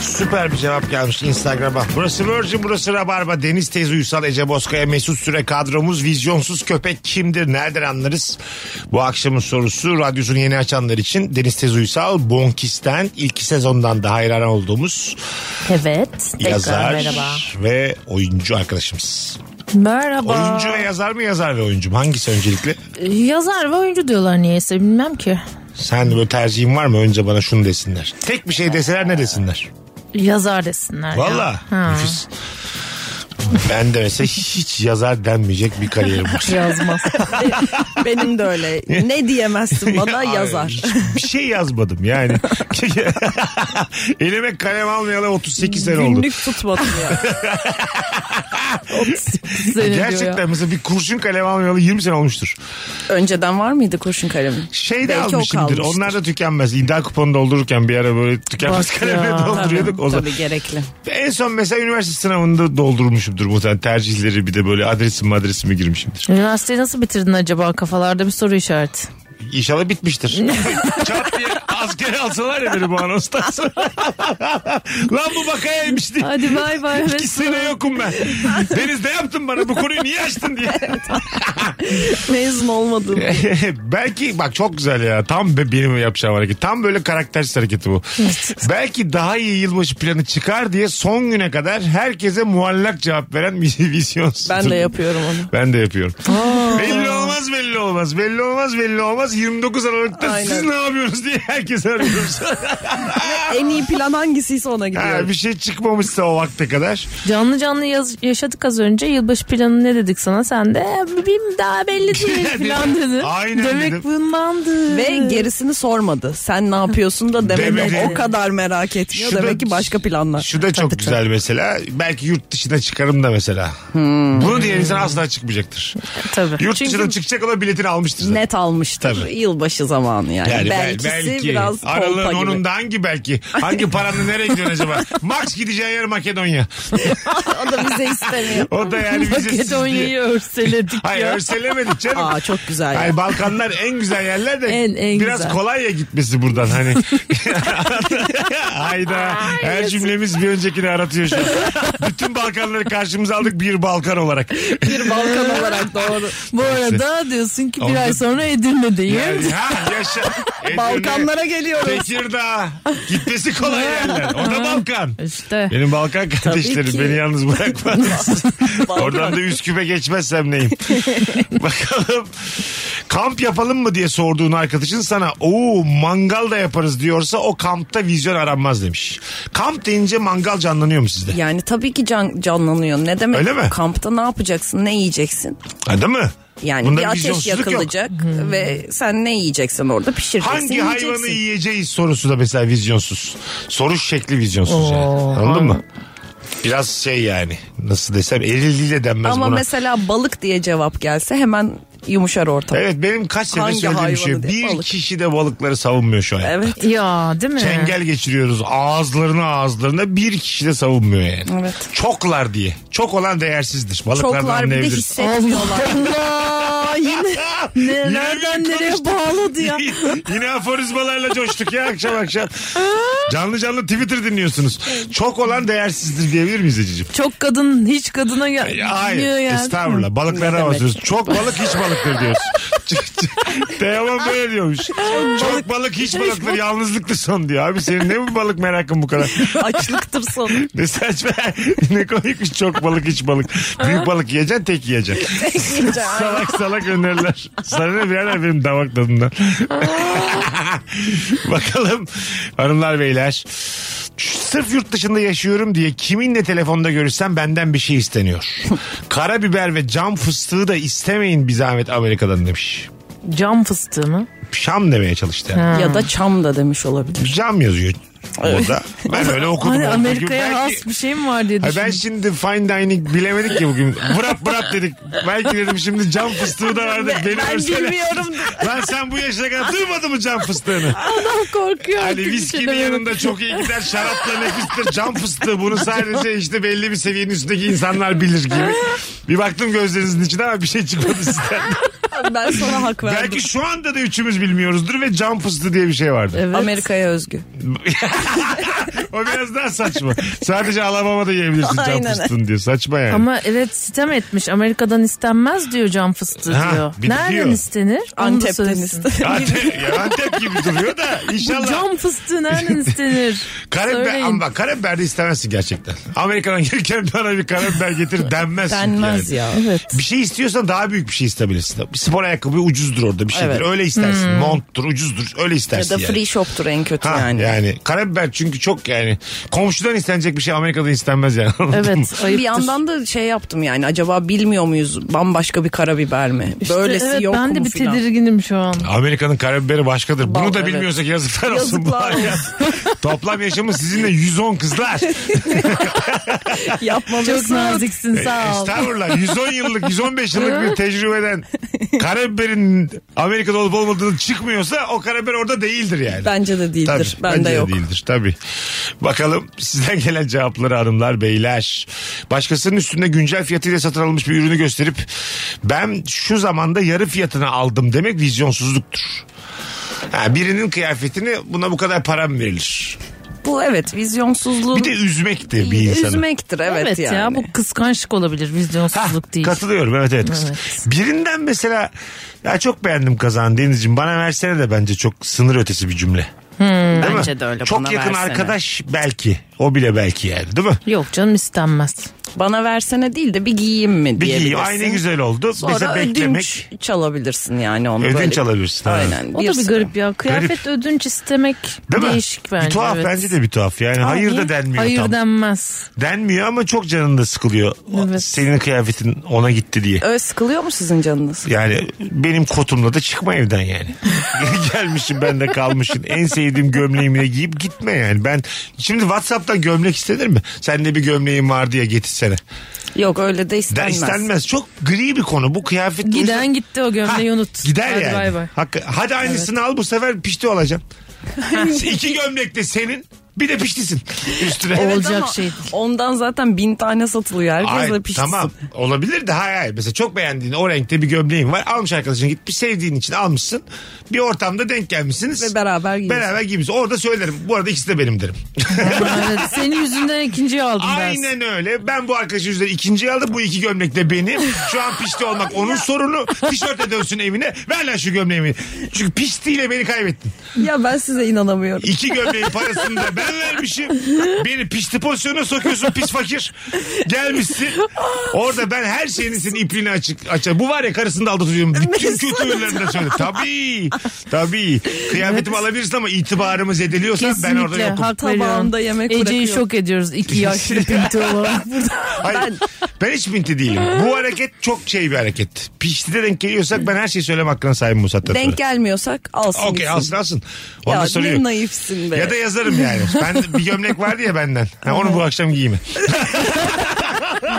C: Süper bir cevap gelmiş Instagram'a. Burası Virgin, burası Rabarba. Deniz Teyze Uysal, Ece Bozkaya, Mesut Süre kadromuz. Vizyonsuz köpek kimdir? Nereden anlarız? Bu akşamın sorusu radyosunu yeni açanlar için Deniz Teyze Uysal, Bonkis'ten ilk sezondan da hayran olduğumuz
E: Evet. Tekrar
C: yazar
E: merhaba.
C: ve oyuncu arkadaşımız.
E: Merhaba.
C: Oyuncu ve yazar mı yazar ve oyuncu mu? Hangisi öncelikle?
E: Ee, Yazar ve oyuncu diyorlar niyeyse bilmem ki.
C: Sen de böyle tercihin var mı? Önce bana şunu desinler. Tek bir şey deseler ne desinler?
E: Yazar desinler. ya.
C: Valla
E: Ha.
C: nefis. Ben de mesela hiç yazar denmeyecek bir kariyerim var.
E: Yazmaz.
D: Benim de öyle. Ne diyemezsin bana
C: Ay,
D: yazar.
C: Bir şey yazmadım yani. Elime kalem almayalı 38 sene oldu.
D: Günlük tutmadım ya.
E: Seni diyor ya.
C: Gerçekten mesela bir kurşun kalem almayalı 20 sene olmuştur.
D: Önceden var mıydı kurşun kalemi?
C: Şey de
D: Belki o
C: almışımdır.
D: kalmıştır.
C: Onlar da tükenmez. İddia kuponu doldururken bir ara böyle tükenmez
E: Bak
C: kalemle
E: ya.
C: dolduruyorduk. o zaman.
D: Tabii gerekli.
C: En son mesela üniversite sınavında doldurmuşumdur muhtemelen tercihleri bir de böyle adresim adresimi girmişimdir.
E: Üniversiteyi nasıl bitirdin acaba kafalarda bir soru işareti.
C: İnşallah bitmiştir. Çat diye askere alsalar ya beni bu anonstan sonra. Lan bu bakayaymış diye.
E: Hadi bay bay.
C: İki sene yokum ben. Deniz ne yaptın bana bu konuyu niye açtın diye.
D: Mezun olmadım.
C: Belki bak çok güzel ya. Tam be- benim yapacağım hareket. Tam böyle karaktersiz hareketi bu. Belki daha iyi yılbaşı planı çıkar diye son güne kadar herkese muallak cevap veren bir vizyonsuzdur.
D: Ben de yapıyorum onu.
C: Ben de yapıyorum. Belli olmaz belli olmaz. Belli olmaz belli olmaz. 29 Aralık'ta
D: Aynen.
C: siz ne yapıyorsunuz diye herkes arıyoruz.
D: En iyi plan hangisiyse ona
C: Ha,
D: gidiyorum.
C: bir şey çıkmamışsa o vakte kadar.
E: Canlı canlı yaz- yaşadık az önce. Yılbaşı planı ne dedik sana? Sen de "E, bir daha belli değil falan dedin.
C: Aynen
E: Demek
C: dedim.
E: bundandı.
D: Ve gerisini sormadı. Sen ne yapıyorsun da demedi.
C: Demedi.
D: O kadar merak etmiyor.
C: Şu da-
D: Demek ki başka planlar.
C: Şu da çok güzel mesela. Belki yurt dışına çıkarım da mesela.
D: Hmm.
C: Bunu diyen insan asla çıkmayacaktır.
E: Tabii.
C: Yurt
E: Çünkü
C: dışına çıkacak olan biletini almıştır. zaten.
D: Net almıştır.
C: Tabii.
D: yılbaşı zamanı yani.
C: Yani bel-
D: belkisi biraz kolpa
C: Aralığın
D: gibi.
C: onun da hangi belki? Hangi paranla nereye gidiyorsun acaba? Max gideceği yer Makedonya.
D: o da bize istemiyor.
C: O da yani vizesiz diye.
E: Makedonya'yı örseledik
C: Hayır
E: ya.
C: örselemedik canım.
D: Aa çok güzel. ya.
C: Hayır, Balkanlar en güzel yerler de
E: En- en
C: biraz
E: güzel.
C: kolay ya gitmesi buradan hani. Hayda her cümlemiz bir öncekini aratıyor şu an. Bütün Balkanları karşımıza aldık bir Balkan olarak.
D: Bir Balkan olarak doğru.
E: Bu arada diyorsun ki bir
C: Onda-
E: ay sonra Edirne'deyim.
C: Yani, ha, yaşa. Edirne,
D: Balkanlara geliyoruz.
C: Tekirdağ. Gitmesi kolay yerler. O da Balkan.
E: İşte.
C: Benim Balkan kardeşlerim
D: ki.
C: beni yalnız bırakma. Oradan da Üsküp'e geçmezsem neyim? Bakalım. Kamp yapalım mı diye sorduğun arkadaşın sana o mangal da yaparız diyorsa o kampta vizyon aranmaz demiş. Kamp deyince mangal canlanıyor mu sizde?
D: Yani tabii ki can, canlanıyor. Ne demek?
C: Öyle mi?
D: Kampta ne yapacaksın? Ne yiyeceksin?
C: Ha, değil mi?
D: Yani
C: Bunda
D: bir ateş
C: vizyonsuzluk yok.
D: yakılacak ve sen ne yiyeceksin orada? Pişireceksin,
C: Hangi hayvanı
D: yiyeceksin.
C: yiyeceğiz sorusu da mesela vizyonsuz. Soru şekli vizyonsuz yani.
E: Oo.
C: Anladın mı? Biraz şey yani nasıl desem eliliyle denmez
D: Ama
C: buna.
D: mesela balık diye cevap gelse hemen yumuşar ortam.
C: Evet benim kaç sefer
D: Hangi
C: söylediğim bir şey.
D: hayvanı diye,
C: Bir
D: balık.
C: kişi de balıkları savunmuyor şu an.
D: Evet.
E: Ya değil mi?
C: Çengel geçiriyoruz ağızlarına ağızlarına bir kişi de savunmuyor yani.
D: Evet.
C: Çoklar diye. Çok olan değersizdir. Balıklardan
D: Çoklar bir de
C: anlayabiliriz.
D: hissetmiyorlar.
E: Allah yine
C: Yine
E: nereden
C: bir
E: nereye
C: konuştuk.
E: bağladı ya.
C: Yine aforizmalarla coştuk ya akşam akşam. Canlı canlı Twitter dinliyorsunuz. Çok olan değersizdir diyebilir miyiz Ececiğim?
E: Çok kadın hiç kadına gel.
C: Hayır
E: diyor yani.
C: estağfurullah balıklara basıyoruz. Çok balık hiç balıktır diyoruz. Teoman böyle diyormuş. Çok balık hiç balıktır yalnızlıktır son diyor. Abi senin ne bu balık merakın bu kadar?
D: Açlıktır sonu.
C: Ne saçma ne komikmiş çok balık hiç balık. Büyük balık yiyeceksin tek yiyeceksin. salak salak öneriler. Sana ne birader benim damak tadından. Bakalım hanımlar beyler. Sırf yurt dışında yaşıyorum diye kiminle telefonda görüşsem benden bir şey isteniyor. Karabiber ve cam fıstığı da istemeyin bir zahmet Amerika'dan demiş.
E: Cam fıstığı mı?
C: Şam demeye çalıştı. yani.
D: ya da çam da demiş olabilir.
C: Cam yazıyor orada. Ben öyle okudum.
E: Hani
C: olduğu gibi.
E: Amerika'ya
C: Belki-
E: has bir şey mi var diye
C: Ha ben
E: düşündüm.
C: şimdi fine dining bilemedik ki bugün. Bırak bırak dedik. Belki dedim şimdi cam fıstığı da vardı. Beni
D: ben
C: örsene.
D: bilmiyorum.
C: Lan sen bu yaşına kadar duymadın mı cam fıstığını?
E: Adam korkuyor artık.
C: Hani
E: bir
C: viskinin
D: şey
E: şeyden.
C: yanında çok iyi gider. Şarapla nefistir cam fıstığı. Bunu sadece işte belli bir seviyenin üstündeki insanlar bilir gibi. Bir baktım gözlerinizin içine ama bir şey çıkmadı sizden.
D: Ben sana hak verdim.
C: Belki şu anda da üçümüz bilmiyoruzdur ve cam fıstığı diye bir şey vardı.
E: Evet.
D: Amerika'ya özgü.
C: O biraz daha saçma. Sadece Alabama da yiyebilirsin cam
D: Aynen.
C: fıstığını diyor. Saçma yani.
E: Ama evet sitem etmiş. Amerika'dan istenmez diyor cam fıstığı
C: Ha,
E: diyor.
C: bir de
E: Nereden
C: diyor.
E: istenir? Onu da
D: Antep'ten
E: söylesin.
D: istedim.
C: Antep, ya Antep gibi duruyor da
E: Bu
C: inşallah.
E: cam fıstığı nereden istenir?
C: Karabiber
E: Söyleyin.
C: ama bak karabiber de istemezsin gerçekten. Amerika'dan gelirken bana bir karabiber getir denmez. çünkü
D: Denmez
C: yani.
D: ya.
E: Evet.
C: Bir şey istiyorsan daha büyük bir şey istebilirsin. Bir spor ayakkabı ucuzdur orada bir şeydir.
D: Evet. Hmm.
C: Öyle istersin. Monttur ucuzdur öyle
D: Ya
C: istersin
D: da
C: yani.
D: free shop'tur en kötü
C: Ha, yani.
D: yani.
C: karabiber çünkü çok yani komşudan istenecek bir şey Amerika'da istenmez yani. Anladın mı?
E: Evet ayıptır.
D: Bir yandan da şey yaptım yani acaba bilmiyor muyuz bambaşka bir karabiber mi?
E: İşte
D: Böylesi
E: evet,
D: yok
E: Ben de
D: mu
E: bir
D: filan?
E: tedirginim şu an.
C: Amerika'nın karabiberi başkadır. Bunu
D: Vallahi
C: da
D: evet.
C: bilmiyorsak yazıklar olsun. bu
D: Yazıklar
C: hayat. Toplam yaşamı sizinle 110 kızlar.
D: Yapmalısın.
E: Çok naziksin sağ ol.
C: E, Estağfurullah. 110 yıllık 115 yıllık bir tecrübeden karabiberin Amerika'da olup olmadığını çıkmıyorsa o karabiber orada değildir yani.
D: Bence de
C: Tabii,
D: değildir.
C: bence
D: Bende
C: de
D: yok.
C: değildir tabii. Bakalım sizden gelen cevapları hanımlar beyler. Başkasının üstünde güncel fiyatıyla satın alınmış bir ürünü gösterip ben şu zamanda yarı fiyatına aldım demek vizyonsuzluktur. Ha, birinin kıyafetini buna bu kadar param verilir.
D: Bu evet vizyonsuzluğun
C: Bir de üzmek de bir insanı.
D: üzmektir evet,
E: Evet,
D: yani.
E: ya bu kıskançlık olabilir vizyonsuzluk değil.
C: Ah, Katılıyorum evet evet. kız.
E: Evet.
C: Birinden mesela ya çok beğendim kazan Deniz'ciğim bana versene de bence çok sınır ötesi bir cümle. Değil mi?
D: bence de öyle,
C: Çok
D: bana
C: yakın
D: versene.
C: arkadaş belki. O bile belki yani değil mi?
E: Yok canım istenmez.
D: Bana versene değil de bir giyeyim mi
C: Bir giy,
D: diyebilirsin.
C: ay ne güzel oldu.
D: Sonra
C: Mesela beklemek.
D: ödünç çalabilirsin yani onu
C: Ödünç
D: böyle.
C: alabilirsin, ha.
D: Aynen.
E: O da bir
D: sıra.
E: garip ya. Kıyafet ödünç istemek
C: Değil mi?
E: değişik bence.
C: bir tuhaf
E: evet.
C: bence de bir tuhaf. Yani hayır da denmiyor
E: Hayır
C: tam.
E: denmez.
C: Denmiyor ama çok canın da sıkılıyor. O-
E: Evet.
C: Senin kıyafetin ona gitti diye.
D: Öyle sıkılıyor mu sizin canınız?
C: Yani benim kotumla da çıkma evden yani. Gelmişim ben de kalmışım. En sevdiğim gömleğimi de giyip gitme yani. Ben şimdi Whatsapp'tan gömlek istenir mi? Sende bir gömleğin var diye getir sene.
D: Yok öyle de
C: Da
D: istenmez.
C: istenmez. Çok gri bir konu. Bu kıyafet
E: Giden gitti o
C: Ha,
E: gömleği unut.
C: Gider
E: Hadi
C: yani.
E: Bay bay.
C: Hakkı- hadi aynısını al bu sefer pişti olacaksın. İki gömlek de senin bir de piştisin üstüne.
E: Olacak
D: Ama
E: şey.
D: Ondan zaten bin tane satılıyor. Herkes
C: Ay,
D: de pişsin.
C: tamam olabilir de hayır hayır. Mesela çok beğendiğin o renkte bir gömleğin var. Almış arkadaşın gitmiş sevdiğin için almışsın. Bir ortamda denk gelmişsiniz.
D: Ve beraber giyiyorsun.
C: Beraber giymiş. Orada söylerim. Bu arada ikisi de benim derim.
E: Ama evet, senin yüzünden ikinciyi aldım dersin.
C: Aynen öyle. Ben bu arkadaşı yüzünden ikinciyi aldım. Bu iki gömlek de benim. Şu an pişti olmak onun sorunu. Tişörtle dönsün evine. Ver lan şu gömleğimi. Çünkü piştiyle beni kaybettin.
D: Ya ben size inanamıyorum.
C: İki gömleğin parasını da ben vermişim. Beni pişti pozisyonuna sokuyorsun pis fakir. Gelmişsin. Orada ben her şeyin senin ipliğini açık açar. Bu var ya karısını da aldatıyorum. Bütün
D: Mesut.
C: kötü huylarını da söyle. Tabii. Tabii. Kıyafetimi alabilirsin ama itibarımız ediliyorsa ben orada
E: Kesinlikle
C: yokum.
E: hak
D: Tabağımda
E: veriyorum.
D: yemek
E: Ece'yi
D: bırakıyor.
E: şok ediyoruz iki yaşlı pinti olarak burada.
C: Hayır, ben... hiç minti değilim. Bu hareket çok şey bir hareket. Piştide denk geliyorsak ben her şeyi söyleme hakkına sahibim bu saatten sonra.
D: Denk gelmiyorsak alsın.
C: Okey
D: gitsin.
C: alsın alsın. Onda
D: Ya
C: sorun
D: ne
C: yok.
D: naifsin be.
C: Ya da yazarım yani. Ben bir gömlek vardı ya benden. Ha, onu bu akşam giyeyim.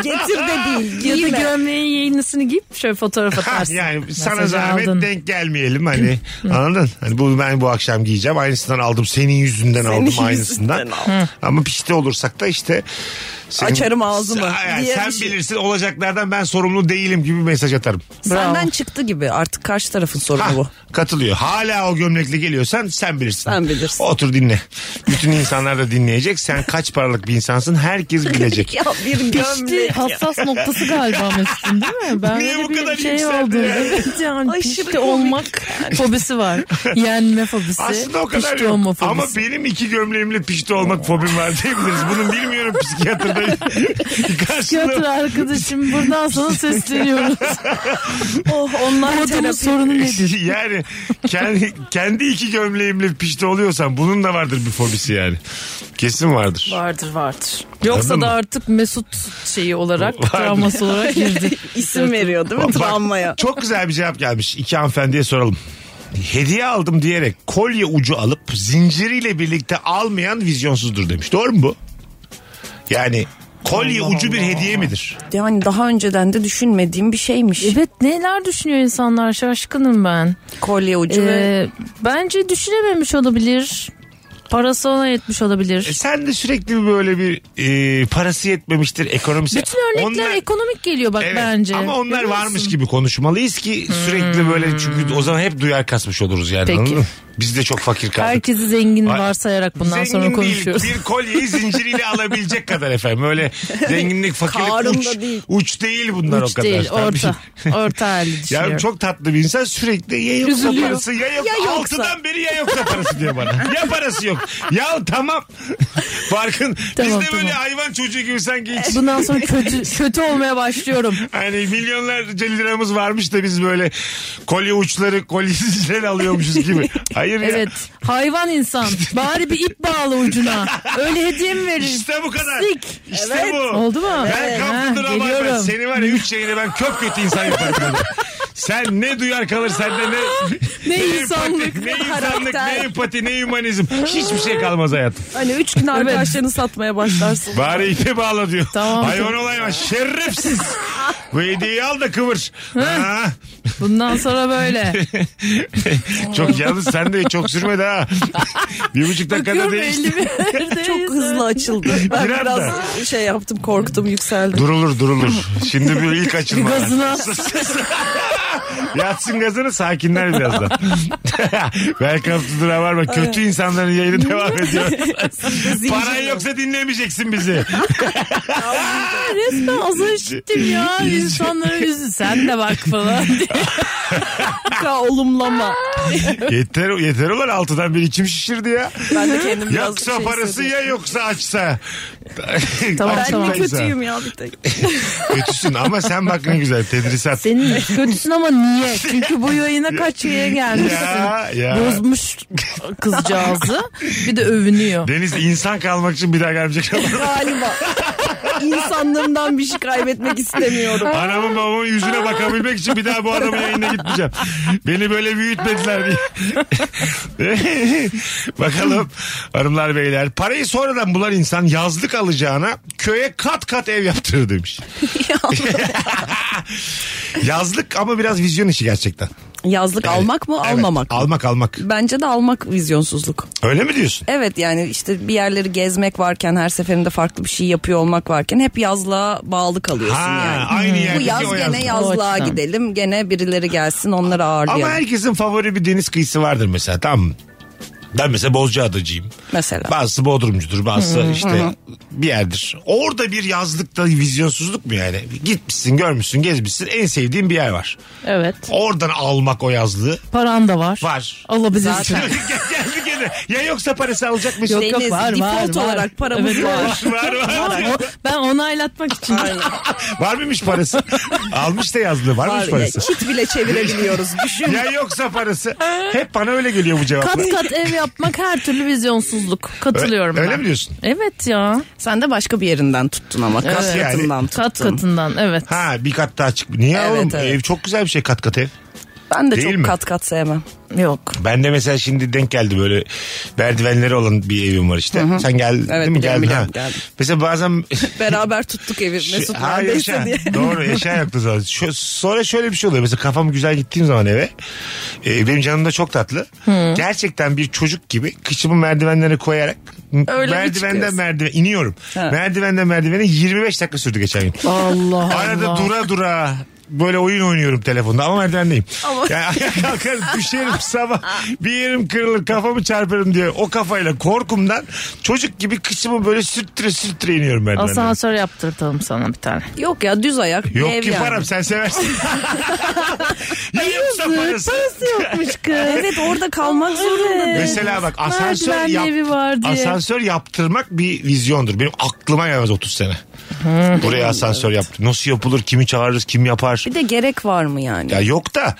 D: Getir de değil.
E: ya da
D: Giyme.
E: gömleğin yenisini giyip şöyle fotoğraf
C: Ha,
E: atarsın.
C: yani sana
E: Mesajı
C: zahmet
E: aldın.
C: denk gelmeyelim hani anladın? Hani bu ben bu akşam giyeceğim aynısından aldım senin yüzünden aldım
D: yüzünden
C: aynısından. Ama pişti olursak da işte senin-
D: Açarım ağzımı
C: Ha, yani
D: diye
C: sen
D: bir şey.
C: bilirsin olacaklardan ben sorumlu değilim gibi mesaj atarım.
D: Senden çıktı gibi. Artık karşı tarafın sorunu
C: Ha,
D: bu.
C: katılıyor. Hala o gömlekle geliyorsan sen bilirsin.
D: Sen bilirsin.
C: Otur dinle. Bütün insanlar da dinleyecek. Sen kaç paralık bir insansın herkes bilecek.
D: Ya bir
E: Pişti
D: gömlek.
E: hassas noktası galiba Mesut'un değil mi? Ben
C: Niye
E: öyle
C: bu
E: bir
C: kadar
E: şey
C: yükseldi
E: oldu.
C: ya?
E: Evet yani
D: Aşırı
E: pişti
D: komik.
E: olmak fobisi var. Yenme fobisi.
C: Aslında o kadar
E: pişti
C: yok.
E: olma fobisi.
C: Ama benim iki gömleğimle pişti olmak fobim var diyebiliriz. Bunu bilmiyorum psikiyatrda.
E: Tiyatro
C: Karşılığı
E: arkadaşım buradan sana sesleniyoruz.
D: Oh, onlar
E: Adamın
D: terapi.
E: sorunu nedir?
C: yani kendi, kendi iki gömleğimle pişti oluyorsam bunun da vardır bir fobisi yani. Kesin vardır.
E: Vardır vardır.
C: Anladın
E: Yoksa
C: mı?
E: da artık Mesut şeyi olarak
C: Vardır.
E: travması olarak girdi.
D: İsim veriyor değil mi
C: Bak,
D: travmaya?
C: Çok güzel bir cevap gelmiş. İki hanımefendiye soralım. Hediye aldım diyerek kolye ucu alıp zinciriyle birlikte almayan vizyonsuzdur demiş. Doğru mu bu? Yani kolye ucu bir hediye midir?
D: Yani daha önceden de düşünmediğim bir şeymiş.
E: Evet neler düşünüyor insanlar şaşkınım ben.
D: Kolye ucu ve
E: Ee, bence düşünememiş olabilir. Parası ona yetmiş
C: E
E: olabilir.
C: sen de sürekli bir böyle bir e, parası yetmemiştir ekonomisi.
E: Bütün örnekler
C: Onlar-
E: ekonomik geliyor bak
C: Evet,
E: bence.
C: Ama onlar
E: Görüyor musun?
C: varmış gibi konuşmalıyız ki sürekli böyle çünkü o zaman hep duyar kasmış oluruz yani
E: Peki.
C: anladın mı? Biz de çok fakir kaldık.
E: Herkesi zengin
C: Ay-
E: varsayarak bundan
C: Zengin
E: sonra konuşuyoruz.
C: Değil, bir kolyeyi zinciriyle alabilecek kadar efendim. Öyle zenginlik, fakirlik
D: Karın
C: uç,
D: da değil.
C: uç değil bunlar o
E: Uç
C: kadar.
E: değil
C: Tabii.
E: orta. Orta hali düşünüyorum.
C: Ya çok tatlı bir insan sürekli ya yoksa
E: Üzülüyor.
C: parası ya yok.
D: Ya yoksa.
C: Altıdan beri ya yoksa parası diyor bana. ya parası yok. Ya tamam. Farkın.
E: Tamam,
C: Biz de böyle
E: tamam.
C: hayvan çocuğu gibi sanki hiç.
E: Bundan sonra kötü kötü olmaya başlıyorum.
C: Hani milyonlarca liramız varmış da biz böyle kolye uçları kolyesizleri alıyormuşuz gibi. Hayır ya.
E: Evet. Hayvan insan. Bari bir ip bağla ucuna. Öyle hediye mi verir?
C: İşte bu kadar.
E: Pislik.
C: İşte
E: Evet.
C: bu.
E: Oldu mu?
C: Ben
E: Evet.
C: kaptın
E: Ha,
C: ama ben
E: geliyorum.
C: seni var ya 3 yayını ben köp kötü insan yaparım. bunu. Sen ne duyar kalır sende ne...
E: Ne
C: empati,
E: insanlık,
C: Ne
E: ne
C: insanlık, ne
D: karakter.
C: empati, ne hümanizm. Hiçbir şey kalmaz hayatım.
D: hani üç gün arkadaşlarını satmaya başlarsın.
C: Bari ipi bağla diyor.
E: Tamam.
C: Hayvan olayma şerefsiz. Bu hediyeyi al da kıvır. Ha.
E: Bundan sonra böyle.
C: çok yalnız sen de çok sürmedi ha. Bir buçuk dakikada
E: Bakıyorum
C: değişti.
E: elimi yerdeyiz.
D: Çok hızlı açıldı. Ben
C: Biraz
D: biraz
C: da.
D: şey yaptım korktum yükseldim.
C: Durulur durulur. Şimdi bir ilk açılma.
E: Gazına.
C: Yatsın gazını sakinler birazdan. Welcome to the var bak kötü insanların yayını devam ediyor. Paran yoksa dinlemeyeceksin bizi.
E: Resmen azar işittim ya. İnsanlara yüzü. Sen de bak falan diye.
D: Ka olumlama.
C: yeter yeter ulan altıdan bir içim şişirdi ya.
D: Ben de kendim biraz
C: Yoksa
D: şey
C: parası
D: hissediyorum.
C: ya yoksa açsa.
E: Tamam,
D: Ben
E: tamam.
D: de kötüyüm ya bir tek.
C: Kötüsün ama sen bak ne güzel tedrisat.
E: Senin kötüsün ama niye? Çünkü bu yayına kaç yaya gelmişsin.
C: Ya ya.
E: Bozmuş kızcağızı. Bir de övünüyor.
C: Deniz insan kalmak için bir daha gelmeyecek.
D: Galiba. insanlığımdan bir şey kaybetmek istemiyorum.
C: Anamın babamın yüzüne bakabilmek için bir daha bu adamın yayına gitmeyeceğim. Beni böyle büyütmediler diye. Bakalım hanımlar beyler. Parayı sonradan bulan insan yazlık alacağına köye kat kat ev yaptırır demiş. yazlık ama biraz vizyon işi gerçekten.
D: Yazlık almak mı
C: Evet,
D: almamak mı?
C: Almak almak.
D: Bence de almak vizyonsuzluk.
C: Öyle mi diyorsun?
D: Evet yani işte bir yerleri gezmek varken her seferinde farklı bir şey yapıyor olmak varken hep yazlığa bağlı kalıyorsun
C: Ha,
D: yani.
C: aynı
D: Bu
C: yerdeki
D: yaz
C: o
D: gene
C: yazlık.
E: O
D: yazlığa
E: açıdan.
D: gidelim gene birileri gelsin onları
C: Ama
D: ağırlayalım
C: herkesin favori bir deniz kıyısı vardır mesela tamam mı? Ben mesela Bozcaada'cıyım.
D: mesela.
C: Bazısı Bodrumcudur bazısı işte bir yerdir. Orada bir yazlıkta vizyonsuzluk mu yani? Gitmişsin görmüşsün gezmişsin en sevdiğin bir yer var.
E: Evet.
C: Oradan almak o yazlığı
E: Paran da var.
C: var.
E: Alabilirsin.
C: Geldi gene. Ya yoksa parası alacakmış.
E: Yok, yok, var, var,
D: default
E: var.
D: olarak paramız
E: Evet,
D: var.
C: var var var.
E: O- ben onaylatmak için.
C: var mıymış parası? Almış da yazlığı var mıymış
D: Var ya,
C: parası?
D: kit bile çevirebiliyoruz düşün.
C: Ya yoksa parası. Hep bana öyle geliyor bu cevaplar.
E: kat kat ev yapmak her türlü vizyonsuzluk. Katılıyorum
C: Öyle
E: ben.
C: mi diyorsun?
E: Evet ya.
D: Sen de başka bir yerinden tuttun ama kat
C: Nasıl yani?
D: katından
E: Kat
D: tuttun.
E: katından evet.
C: Ha bir kat daha çık. Niye
D: Evet,
C: oğlum?
D: evet.
C: Ev çok güzel bir şey kat kat ev.
D: Ben de
C: Değil
D: çok
C: mi?
D: kat kat sevmem.
E: Yok.
C: Ben de mesela şimdi denk geldi böyle merdivenleri olan bir evim var işte. Sen geldin
D: Evet,
C: mi?
D: biliyorum,
C: Geldin
D: biliyorum,
C: ha.
D: geldim.
C: Mesela bazen
D: Beraber tuttuk evi
C: Şu-
D: Mesut
C: Ha,
D: neredeyse
C: yaşa.
D: diye.
C: Doğru yaşa yoktu zaten. Şu- sonra şöyle bir şey oluyor. Mesela kafam güzel gittiğim zaman eve e, benim canım da çok tatlı. Gerçekten bir çocuk gibi kıçımı merdivenlere koyarak
D: Öyle mi
C: merdivenden
D: çıkıyorsun?
C: merdiven iniyorum. Merdivenden merdivene 25 dakika sürdü geçen gün.
E: Allah
C: Arada
E: Allah.
C: dura dura böyle oyun oynuyorum telefonda ama merdivendeyim. Yani ayağa kalkarım düşerim sabah bir yerim kırılır kafamı çarparım diye o kafayla korkumdan çocuk gibi kıçımı böyle sürttüre sürttüre iniyorum merdivenden.
E: Asansör yaptırtalım sana bir tane.
D: Yok ya düz ayak bir
C: Yok
D: ev
C: ki
D: yani.
C: param sen seversin. ya yoksa parası.
E: yokmuş kız.
D: Evet orada kalmak zorunda değil.
C: Mesela bak asansör,
E: Merdivenli
C: yap,
E: evi var diye.
C: asansör yaptırmak bir vizyondur. Benim aklıma gelmez 30 sene.
E: Hmm.
C: Buraya asansör yaptı. Nasıl yapılır? Kimi çağırırız? Kim yapar?
D: Bir de gerek var mı yani?
C: Ya yok da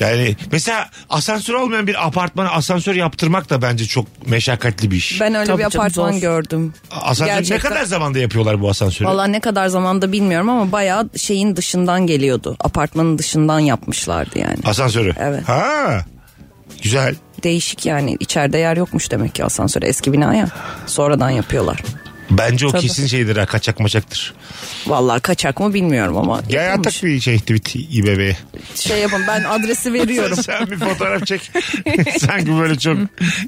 C: yani mesela asansör olmayan bir apartmana asansör yaptırmak da bence çok meşakkatli bir iş.
D: Ben öyle
E: Tabii
D: bir
E: canım,
D: apartman
E: zor.
D: gördüm.
C: asansör
D: Gerçekten.
C: ne kadar zamanda yapıyorlar bu asansörü?
D: Valla ne kadar zamanda bilmiyorum ama bayağı şeyin dışından geliyordu. Apartmanın dışından yapmışlardı yani.
C: Asansörü.
D: Evet.
C: Ha. Güzel.
D: Değişik yani. İçeride yer yokmuş demek ki asansöre. Eski bina ya. Sonradan yapıyorlar.
C: Bence o
D: Tabii.
C: kesin şeydir ha kaçak maçaktır.
D: Vallahi kaçak mı bilmiyorum ama.
C: Ya
D: yapılmış.
C: yatak bir şey tweet İBB'ye.
D: Şey yapın ben adresi veriyorum.
C: Sen bir fotoğraf çek. Sanki böyle çok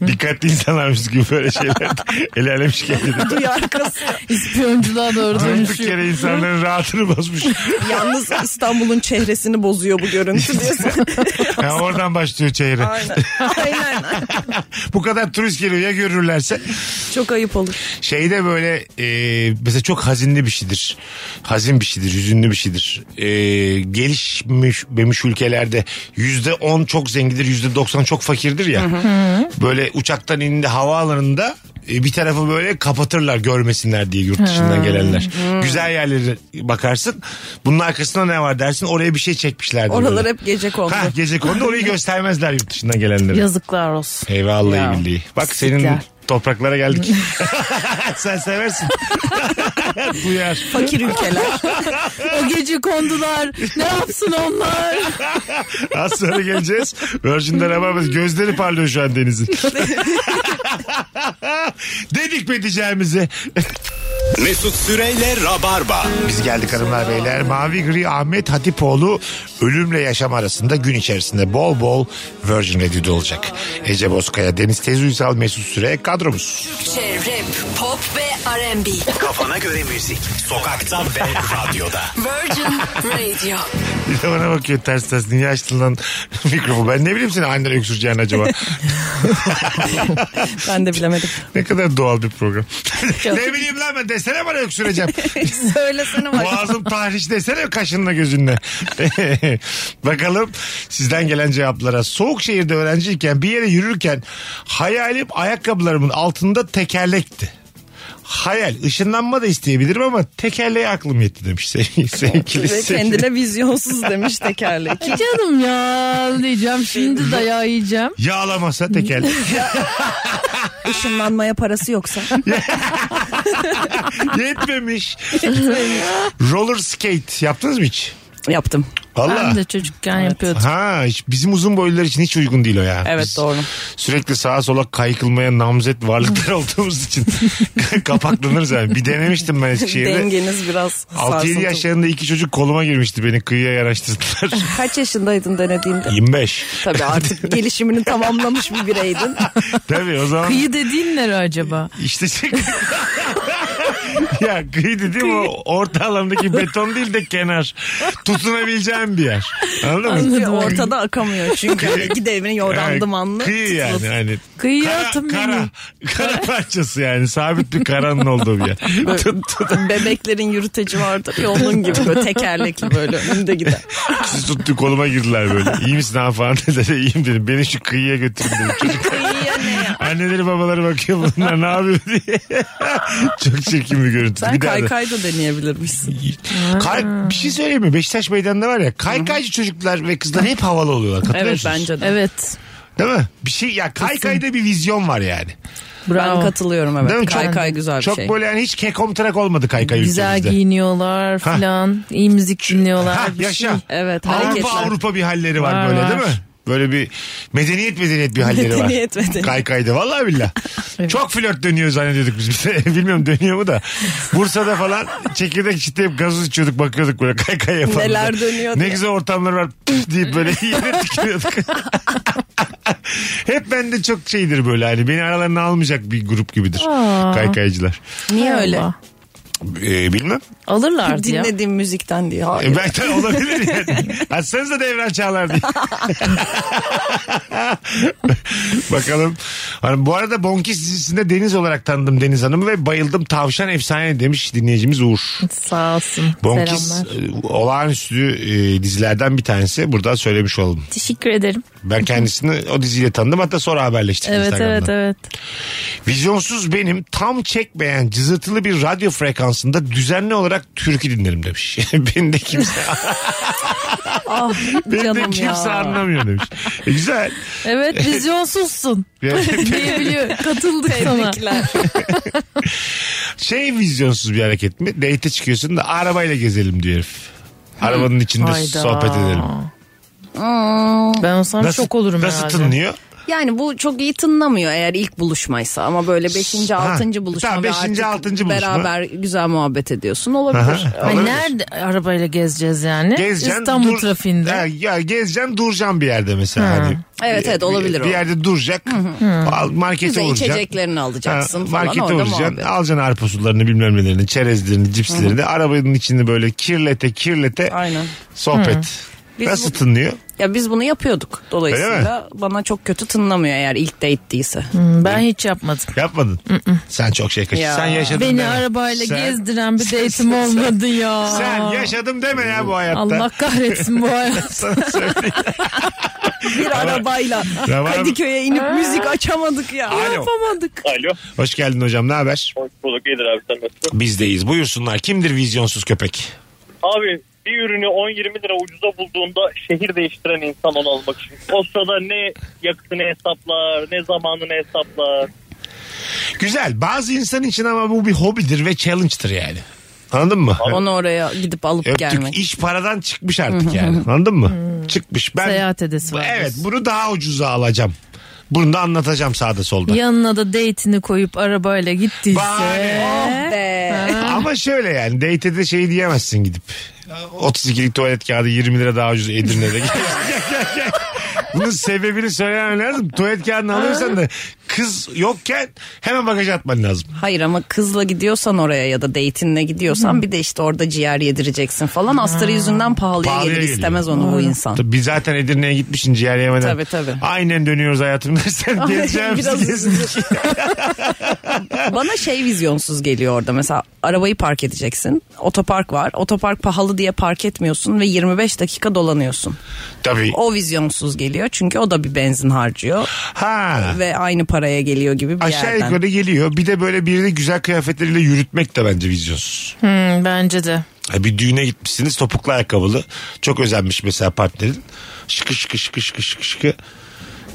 C: dikkatli insanlarmış gibi böyle şeyler. El alem şikayet ediyor.
D: Duyu arkası.
E: İspiyonculuğa doğru
C: Durduk
E: dönüşüyor.
C: yere insanların rahatını bozmuş.
D: Yalnız İstanbul'un çehresini bozuyor bu görüntü diyorsun.
C: Yani oradan başlıyor çeyre.
D: Aynen. Aynen.
C: Bu kadar turist geliyor ya görürlerse.
D: Çok ayıp olur.
C: Şeyde böyle e, mesela çok hazinli bir şeydir. Hazin bir şeydir, hüzünlü bir şeydir. E, gelişmiş bemiş ülkelerde yüzde on çok zengindir, yüzde doksan çok fakirdir ya. Böyle uçaktan indi havaalanında e, bir tarafı böyle kapatırlar görmesinler diye yurt dışından gelenler. Güzel yerlere bakarsın. Bunun arkasında ne var dersin oraya bir şey çekmişlerdir.
D: Oralar
C: böyle.
D: hep gece kondu.
C: Ha, gece konuda orayı göstermezler yurt dışından gelenlere.
E: Yazıklar olsun.
C: Eyvallah
E: Ya.
C: billahi. Bak
E: Pislikler.
C: senin topraklara geldik. Sen seversin. Duyar.
D: Fakir ülkeler.
E: O gece kondular. Ne yapsın onlar?
C: Az sonra geleceğiz. Virgin'de Rabarba'da gözleri parlıyor şu an Deniz'in. Dedik mi diyeceğimizi?
B: Mesut Süreyle Rabarba.
C: Biz geldik hanımlar beyler. Mavi Gri Ahmet Hatipoğlu ölümle yaşam arasında gün içerisinde bol bol Virgin Radio'da olacak. Ece Bozkaya, Deniz Tezuysal, Mesut Süre kadromuz.
J: Türkçe rap, pop ve R&B.
B: Kafana göre müzik. Sokakta ve radyoda.
J: Virgin Radio.
C: Bir de bana bakıyor ters ters. Niye açtın lan mikrofonu? Ben ne bileyim seni annen öksüreceğin acaba?
D: ben de bilemedim.
C: Ne kadar doğal bir program. ne bileyim lan ben desene bana öksüreceğim.
D: Söylesene bak.
C: Boğazım tahriş desene kaşınla gözünle. Bakalım sizden gelen cevaplara. Soğuk şehirde öğrenciyken bir yere yürürken hayalim ayakkabılarımın altında tekerlekti. Hayal. Işınlanma da isteyebilirim ama tekerleğe aklım yetti demiş sevgili. sevgili,
D: Ve
C: sevgili.
D: kendine vizyonsuz demiş tekerlek.
E: Ay Canım ya diyeceğim şimdi dayağı yiyeceğim.
C: Yağlamasa tekerlek.
D: Işınlanmaya parası yoksa.
C: Yetmemiş. Roller skate yaptınız mı hiç?
D: Yaptım.
E: Ben
C: Valla.
E: de çocukken yapıyordum.
C: Ha hiç- bizim uzun boylular için hiç uygun değil o ya.
D: Evet
C: Biz
D: doğru.
C: Sürekli sağa sola kaykılmaya namzet varlıklar olduğumuz için kapaklanırız yani. Bir denemiştim ben Eskişehir'de.
D: Dengeniz biraz
C: 6-7
D: sarsıntı.
C: yaşlarında iki çocuk koluma girmişti beni kıyıya yaraştırdılar.
D: Kaç yaşındaydın denediğinde?
C: 25.
D: Tabii artık gelişimini tamamlamış bir bireydin.
C: Tabii o zaman
E: Kıyı dediğin nere acaba?
C: işte şey... ya kıyı dediğim o orta alandaki beton değil de kenar. Tutunabileceğim bir yer. Anladın mı?
D: Çünkü ortada akamıyor çünkü. Hani iki devrini yorandım
C: Yani
D: anlı.
C: Kıyı yani hani.
E: Kıyıya
C: Kara,
E: atın
C: kara,
E: beni.
C: kara parçası yani sabit bir karanın olduğu bir yer. Tut- tut-
D: Bebeklerin yürüteci vardır ya onun gibi böyle tekerlekli böyle önünde gider.
C: Siz tuttu koluma girdiler böyle. İyi misin ha falan dedi. İyiyim dedim. Beni şu kıyıya götürün dedim. Çocuk
D: Kıyıya ne ya?
C: anneleri babaları bakıyor bunlar ne yapıyor diye. Çok çirkin bir görüntü.
D: Sen
C: bir daha da-
D: kaykay da deneyebilirmişsin.
C: Kay- bir şey söyleyeyim mi? Beşiktaş meydanında var ya kaykaycı çocuklar ve kızlar hep havalı oluyorlar. Katılıyor
D: Evet
C: musunuz?
D: bence de.
E: Evet.
C: Değil mi? Bir şey ya kaykayda bir vizyon var yani.
D: Ben
E: Bravo.
D: katılıyorum
C: Değil
D: evet.
C: mi? Çok-
D: Kaykay güzel bir
C: Çok
D: şey.
C: böyle yani hiç kekomtrak olmadı kaykay
E: Güzel
C: ülkemizde.
E: giyiniyorlar
C: Ha.
E: filan. iyi müzik dinliyorlar.
C: Ha,
E: bir
C: yaşa.
E: şey.
D: Evet
C: Avrupa
D: hareketler.
C: Avrupa bir halleri var,
E: Var,
C: böyle
E: var.
C: değil mi? Böyle bir medeniyet medeniyet bir halleri var.
D: Medeniyet, medeniyet.
C: Kaykayda vallahi billah.
E: Evet.
C: Çok flört dönüyor zannediyorduk biz. bir de. Bilmiyorum dönüyor mu da. Bursa'da falan çekirdek çitleyip gazoz içiyorduk bakıyorduk böyle kaykay yapanlara.
D: Neler dönüyor
C: Ne
D: diye.
C: güzel ortamlar var püf deyip böyle yere tükürüyorduk. Hep bende çok şeydir böyle hani beni aralarına almayacak bir grup gibidir
E: Aa.
C: kaykaycılar.
D: Niye öyle?
E: Allah.
C: Ee, bilmem.
E: Alırlardı ya.
D: Dinlediğim müzikten diye. Hayır.
C: E, belki de olabilir yani. Açsanız da devran çağlar diye. Bakalım. Hani bu arada Bonki dizisinde Deniz olarak tanıdım Deniz Hanım'ı ve bayıldım tavşan efsane demiş dinleyicimiz Uğur.
E: Sağ olsun.
C: Bonkis
E: Selamlar.
C: e, olağanüstü e, dizilerden bir tanesi. Buradan söylemiş oldum.
E: Teşekkür ederim.
C: Ben kendisini o diziyle tanıdım. Hatta sonra haberleştik
E: Evet
C: Instagram'dan.
E: evet evet.
C: Vizyonsuz benim tam çekmeyen cızırtılı bir radyo frekansında düzenli olarak türkü dinlerim demiş. Beni de kimse
E: Ah
C: Beni de
E: canım
C: kimse
E: ya.
C: anlamıyor demiş. E, güzel.
E: Evet vizyonsuzsun.
C: Yani
E: diyebiliyor. Katıldık sana.
C: şey vizyonsuz bir hareket mi? Date'e çıkıyorsun da arabayla gezelim diyor herif. Arabanın içinde
E: Hayda.
C: sohbet edelim.
E: Ben olsam
C: Nasıl,
E: şok olurum
C: nasıl
E: herhalde.
C: tınlıyor?
D: Yani bu çok iyi tınlamıyor eğer ilk buluşmaysa ama böyle 5.
C: Ha,
D: 6. buluşma
C: tamam,
D: ve
C: beşinci,
D: artık
C: altıncı buluşma.
D: beraber güzel muhabbet ediyorsun olabilir.
C: Aha.
E: Ay
C: Olabilir.
E: nerede arabayla gezeceğiz yani?
C: Gezeceksin.
E: İstanbul
C: dur-
E: trafiğinde.
C: Ya, ya gezeceksin duracaksın bir yerde mesela. Hani,
D: Evet, evet,
C: Bir-
D: olabilir
C: Bir
D: o.
C: yerde duracaksın. Al, markete
D: Güzel
C: uğrayacaksın.
D: içeceklerini alacaksın
C: Ha,
D: falan
C: markete
D: orada
C: uğrayacaksın.
D: muhabbet.
C: Alacaksın arpa sularını bilmem nelerini, çerezlerini, cipslerini. Arabanın içinde böyle kirlete kirlete
D: Aynen.
C: sohbet.
D: Biz
C: Nasıl
D: bu-
C: tınlıyor?
D: Ya biz bunu yapıyorduk dolayısıyla bana çok kötü tınlamıyor eğer ilk date değilse.
E: Hmm, Ben hiç yapmadım.
C: Yapmadın. Sen çok şey kaçırdın.
D: Ya.
C: Sen yaşadın.
E: Beni
C: deme.
E: arabayla
C: Sen-
E: gezdiren bir
C: sen-
E: date'im
C: sen-
E: olmadı ya.
C: Sen yaşadım deme ya bu hayatta.
E: Allah kahretsin bu hayat.
C: Sana söyleyeyim.
D: Bir arabayla
C: Rabarba-
D: Kadıköy'e inip müzik açamadık ya.
C: Alo.
E: Yapamadık.
I: Alo.
C: Hoş geldin hocam ne haber?
I: Hoş bulduk. İyidir abi sen nasılsın?
C: Bizdeyiz. Buyursunlar. Kimdir vizyonsuz köpek?
I: Abi bir ürünü 10-20 lira ucuza bulduğunda şehir değiştiren insan onu almak için. O sırada ne yakıtını hesaplar, ne zamanını hesaplar.
C: Güzel. Bazı insan için ama bu bir hobidir ve challenge'tır yani. Anladın mı?
D: Onu oraya gidip alıp
C: Öptük.
D: gelmek.
C: İş paradan çıkmış artık yani. Anladın mı? çıkmış. Ben
E: Hmm. Seyahat edesi var.
C: Evet, bunu daha ucuza alacağım. Bunu da anlatacağım sağda solda.
E: Yanına da date'ini koyup arabayla gittiyse.
C: Bari.
D: Oh Be.
C: Ama şöyle yani date'e de şey diyemezsin gidip. 32'lik tuvalet kağıdı 20 lira daha ucuz Edirne'de. Bunun sebebini söylemen lazım. Tuvalet kağıdını alıyorsan da kız yokken hemen bagaja atman lazım.
D: Hayır ama kızla gidiyorsan oraya ya da date'inle gidiyorsan bir de işte orada ciğer yedireceksin falan. Astarı yüzünden pahalıya,
C: Pahalıya
D: gelir
C: geliyor.
D: istemez onu bu insan.
C: Tabii Biz zaten Edirne'ye gitmişsin ciğer yemeden.
D: Tabii, tabii.
C: Aynen dönüyoruz hayatım dersen gezeceğim.
D: biraz
C: gezdik.
D: Bana şey vizyonsuz geliyor orada mesela arabayı park edeceksin. Otopark var. Otopark pahalı diye park etmiyorsun ve 25 dakika dolanıyorsun.
C: Tabii.
D: O vizyonsuz geliyor çünkü o da bir benzin harcıyor
C: Ha.
D: ve aynı araya geliyor gibi bir
C: Aşağı
D: yerden.
C: yukarı geliyor. Bir de böyle birini güzel kıyafetleriyle yürütmek de bence vizyonsuz.
E: Hmm, bence de.
C: Ha, Bir düğüne gitmişsiniz topuklu ayakkabılı. Çok özenmiş mesela partnerin. Şıkı şıkı şıkı şıkı şıkı şıkı.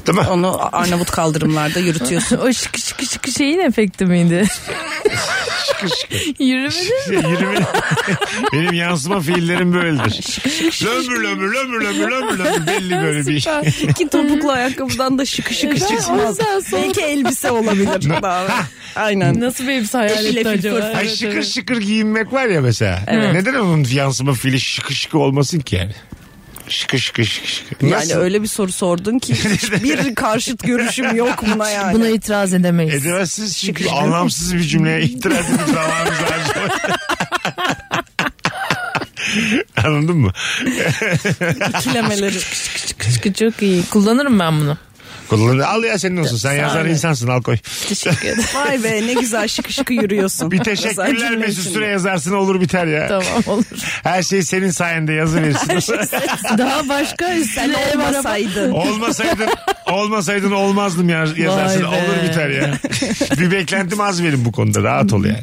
C: Değil mi?
D: Onu Arnavut kaldırımlarda yürütüyorsun.
E: o şıkı şıkı şıkı şeyin efekti miydi?
C: Şıkır şıkır.
E: Yürümedin mi?
C: Yürüme- Benim yansıma fiillerim böyledir. lömür lömür lömür lömür lömür lömür belli böyle bir.
D: Süper. Ki topuklu ayakkabıdan da şıkı şıkı
E: Ben o
D: çıkmaz.
E: yüzden sonra-
D: Belki elbise olabilir.
C: Ha.
D: Aynen.
E: Nasıl bir elbise hayal
D: Eşile
E: etti acaba?
D: fırfır.
C: Ay
E: Evet,
C: şıkır
E: evet.
C: şıkır giyinmek var ya mesela. Neden onun yansıma fiili şıkı şıkı olmasın ki yani? Şıkı şıkı şıkı şıkı.
D: Yani öyle bir soru sordun ki hiçbir karşıt görüşüm yok buna yani.
E: Buna itiraz edemeyiz.
C: Edemezsiniz çünkü anlamsız bir cümleye itiraz edip zamanınızı harcamayın. Anladın mı?
D: ikilemeleri.
E: Şıkı şıkı çok iyi. Kullanırım ben bunu.
C: Kullanır. Al ya senin olsun. Sen yazar insansın al koy.
E: Teşekkür ederim.
D: Vay be ne güzel şıkı şıkı yürüyorsun.
C: Bir
D: Mesela
C: teşekkürler
D: cümle
C: Mesut
D: içinde.
C: Süre yazarsın olur biter ya.
E: tamam şey. olur.
C: Her şey senin sayende yazıverirsin.
E: Daha başka
D: Sen
E: üstüne ev araba.
D: olmasaydın.
C: olmasaydın olmasaydın olmazdım ya, yazarsın.
E: Vay be.
C: Olur biter ya. bir beklentim az benim bu konuda. Rahat ol yani.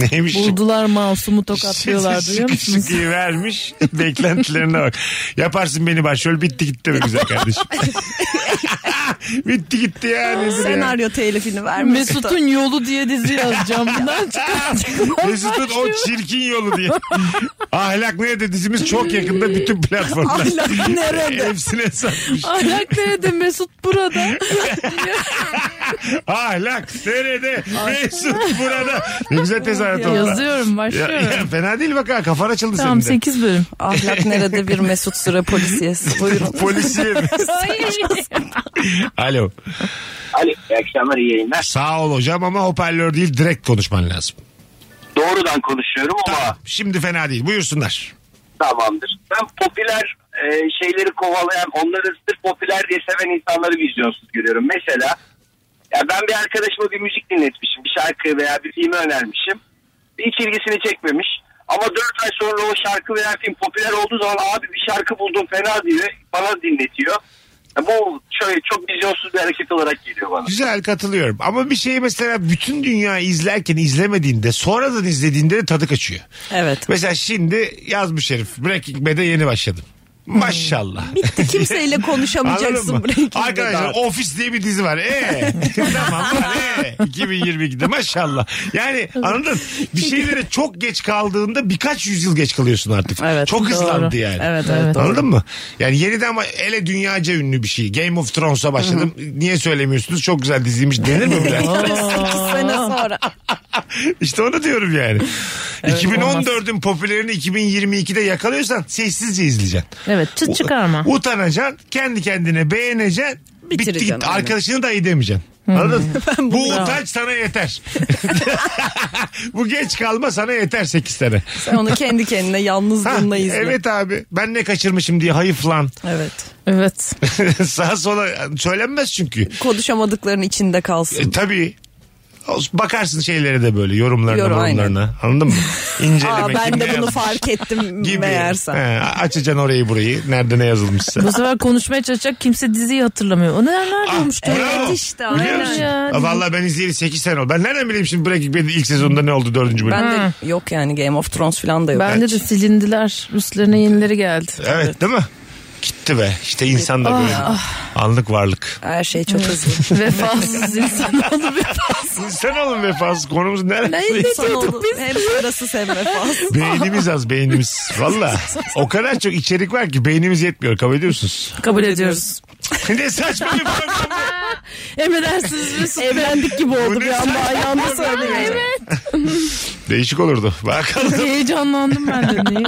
C: Neymiş?
E: Buldular masumu tokatlıyorlar
C: Şıkı
E: duyuyor
C: şıkı
E: musunuz?
C: şıkıyı vermiş. Beklentilerine bak. Yaparsın beni başrol bitti gitti mi güzel kardeşim? bitti gitti ya. nedir ya?
D: Senaryo telifini vermiş.
E: Mesut'un yolu diye dizi yazacağım. Bundan çıkar.
C: Mesut'un o çirkin yolu diye. Ahlak nerede dizimiz çok yakında bütün platformlar.
D: Ahlak nerede?
C: Hepsine satmış.
E: Ahlak nerede Mesut burada.
C: Ahlak nerede? Mesut burada. Ne güzel tezahürat oldu. lan.
E: Yazıyorum
C: Ya,
E: başlıyorum.
C: ya fena değil bak ha kafan açıldı
E: Tamam
C: senin de.
E: 8 bölüm.
D: Ahlak nerede bir Mesut Süre polisiyesi. Buyurun.
C: Polisiye. Alo.
H: Ali iyi akşamlar iyi yayınlar.
C: Sağ ol hocam ama hoparlör değil direkt konuşman lazım.
H: Doğrudan konuşuyorum ama
C: Şimdi fena değil. Buyursunlar.
H: tamamdır. Ben popüler e, şeyleri kovalayan onları sırf popüler diye seven insanları vizyonsuz görüyorum. Mesela ya ben bir arkadaşıma bir müzik dinletmişim. Bir şarkı veya bir filmi önermişim. Hiç ilgisini çekmemiş. Ama 4 ay sonra o şarkı veya film popüler olduğu zaman abi bir şarkı buldum fena diyor. Bana dinletiyor. Ya bu şöyle çok vizyonsuz bir hareket olarak geliyor bana.
C: Güzel katılıyorum. Ama bir şeyi mesela bütün dünya izlerken izlemediğinde sonradan izlediğinde de tadı kaçıyor.
D: Evet.
C: Mesela şimdi yazmış herif Breaking Bad'e yeni başladım. Maşallah.
D: Bitti kimseyle konuşamayacaksın
C: Anladın mı?
D: Breaking Bad'e
C: Arkadaşlar
D: artık.
C: Office diye bir dizi var. Ee, tamam var. Ee, 2022'de maşallah. Yani anladın bir şeylere çok geç kaldığında birkaç yüzyıl geç kalıyorsun artık.
D: Evet,
C: çok
D: doğru.
C: hızlandı yani.
D: Evet, evet, doğru.
C: Anladın mı? Yani yeniden ama ele dünyaca ünlü bir şey. Game of Thrones'a başladım. Niye söylemiyorsunuz? Çok güzel diziymiş denir mi? bile?
D: 8 sene sonra.
C: işte onu diyorum yani.
E: Evet,
C: 2014'ün popülerini 2022'de yakalıyorsan sessizce izleyeceksin.
E: Evet çıt çıkarma.
C: U- Utanacaksın, kendi kendine beğeneceksin. Bitti
D: Bitireceksin,
C: gitti.
D: aynen.
C: Arkadaşını da iyi demeyeceksin.
D: Hmm.
C: Anladın? mı? Bu utanç sana yeter. Bu geç kalma sana yeter 8 sene.
D: Sen onu kendi kendine
C: Ha,
D: yalnızlığında izle.
C: evet abi ben ne kaçırmışım diye hayıflan.
D: Evet.
E: Evet.
C: Sağa sola söylenmez çünkü.
D: Konuşamadıkların içinde
C: E,
D: kalsın.
C: tabii. O- Bakarsın şeylere de böyle yorumlarına
D: Yorum,
C: yorumlarına. Anladın mı? İncelemek.
D: Aa, ben
C: kim
D: de
C: ne
D: bunu
C: yazmış
D: fark ettim
C: gibi.
D: meğersem.
C: He, açacaksın orayı burayı. Nerede ne yazılmışsa.
E: Bu sefer konuşmaya çalışacak kimse diziyi hatırlamıyor. O neler
C: Ah,
E: nerede olmuş?
C: Bravo.
D: işte,
C: Biliyor
D: aynen.
C: musun?
E: Ya,
C: Aa, Vallahi ben izleyeli 8 sene oldu. Ben nereden bileyim şimdi Breaking Bad'in ilk sezonunda ne oldu 4. bölüm?
D: Ben de yok yani Game of Thrones falan da yok.
E: Bende de silindiler. Üstlerine yenileri geldi.
C: Evet değil mi? Gitti be. İşte insan da böyle. Anlık varlık.
D: Her şey çok hızlı.
E: Vefasız insan oldu vefasız.
C: İnsan olun vefası konumuz
E: Ne
C: nerede?
D: Son oldu. Hem parasız hem vefasız.
C: Beynimiz az beynimiz. Valla o kadar çok içerik var ki beynimiz yetmiyor kabul ediyorsunuz.
E: Kabul ediyoruz.
C: ne saçma bir program bu.
E: Emredersiniz Mesut. Evlendik gibi
C: Bu
E: oldu
C: ne saçma bir şey. program ya. Değişik olurdu. Bakalım.
E: Heyecanlandım ben de. Niye?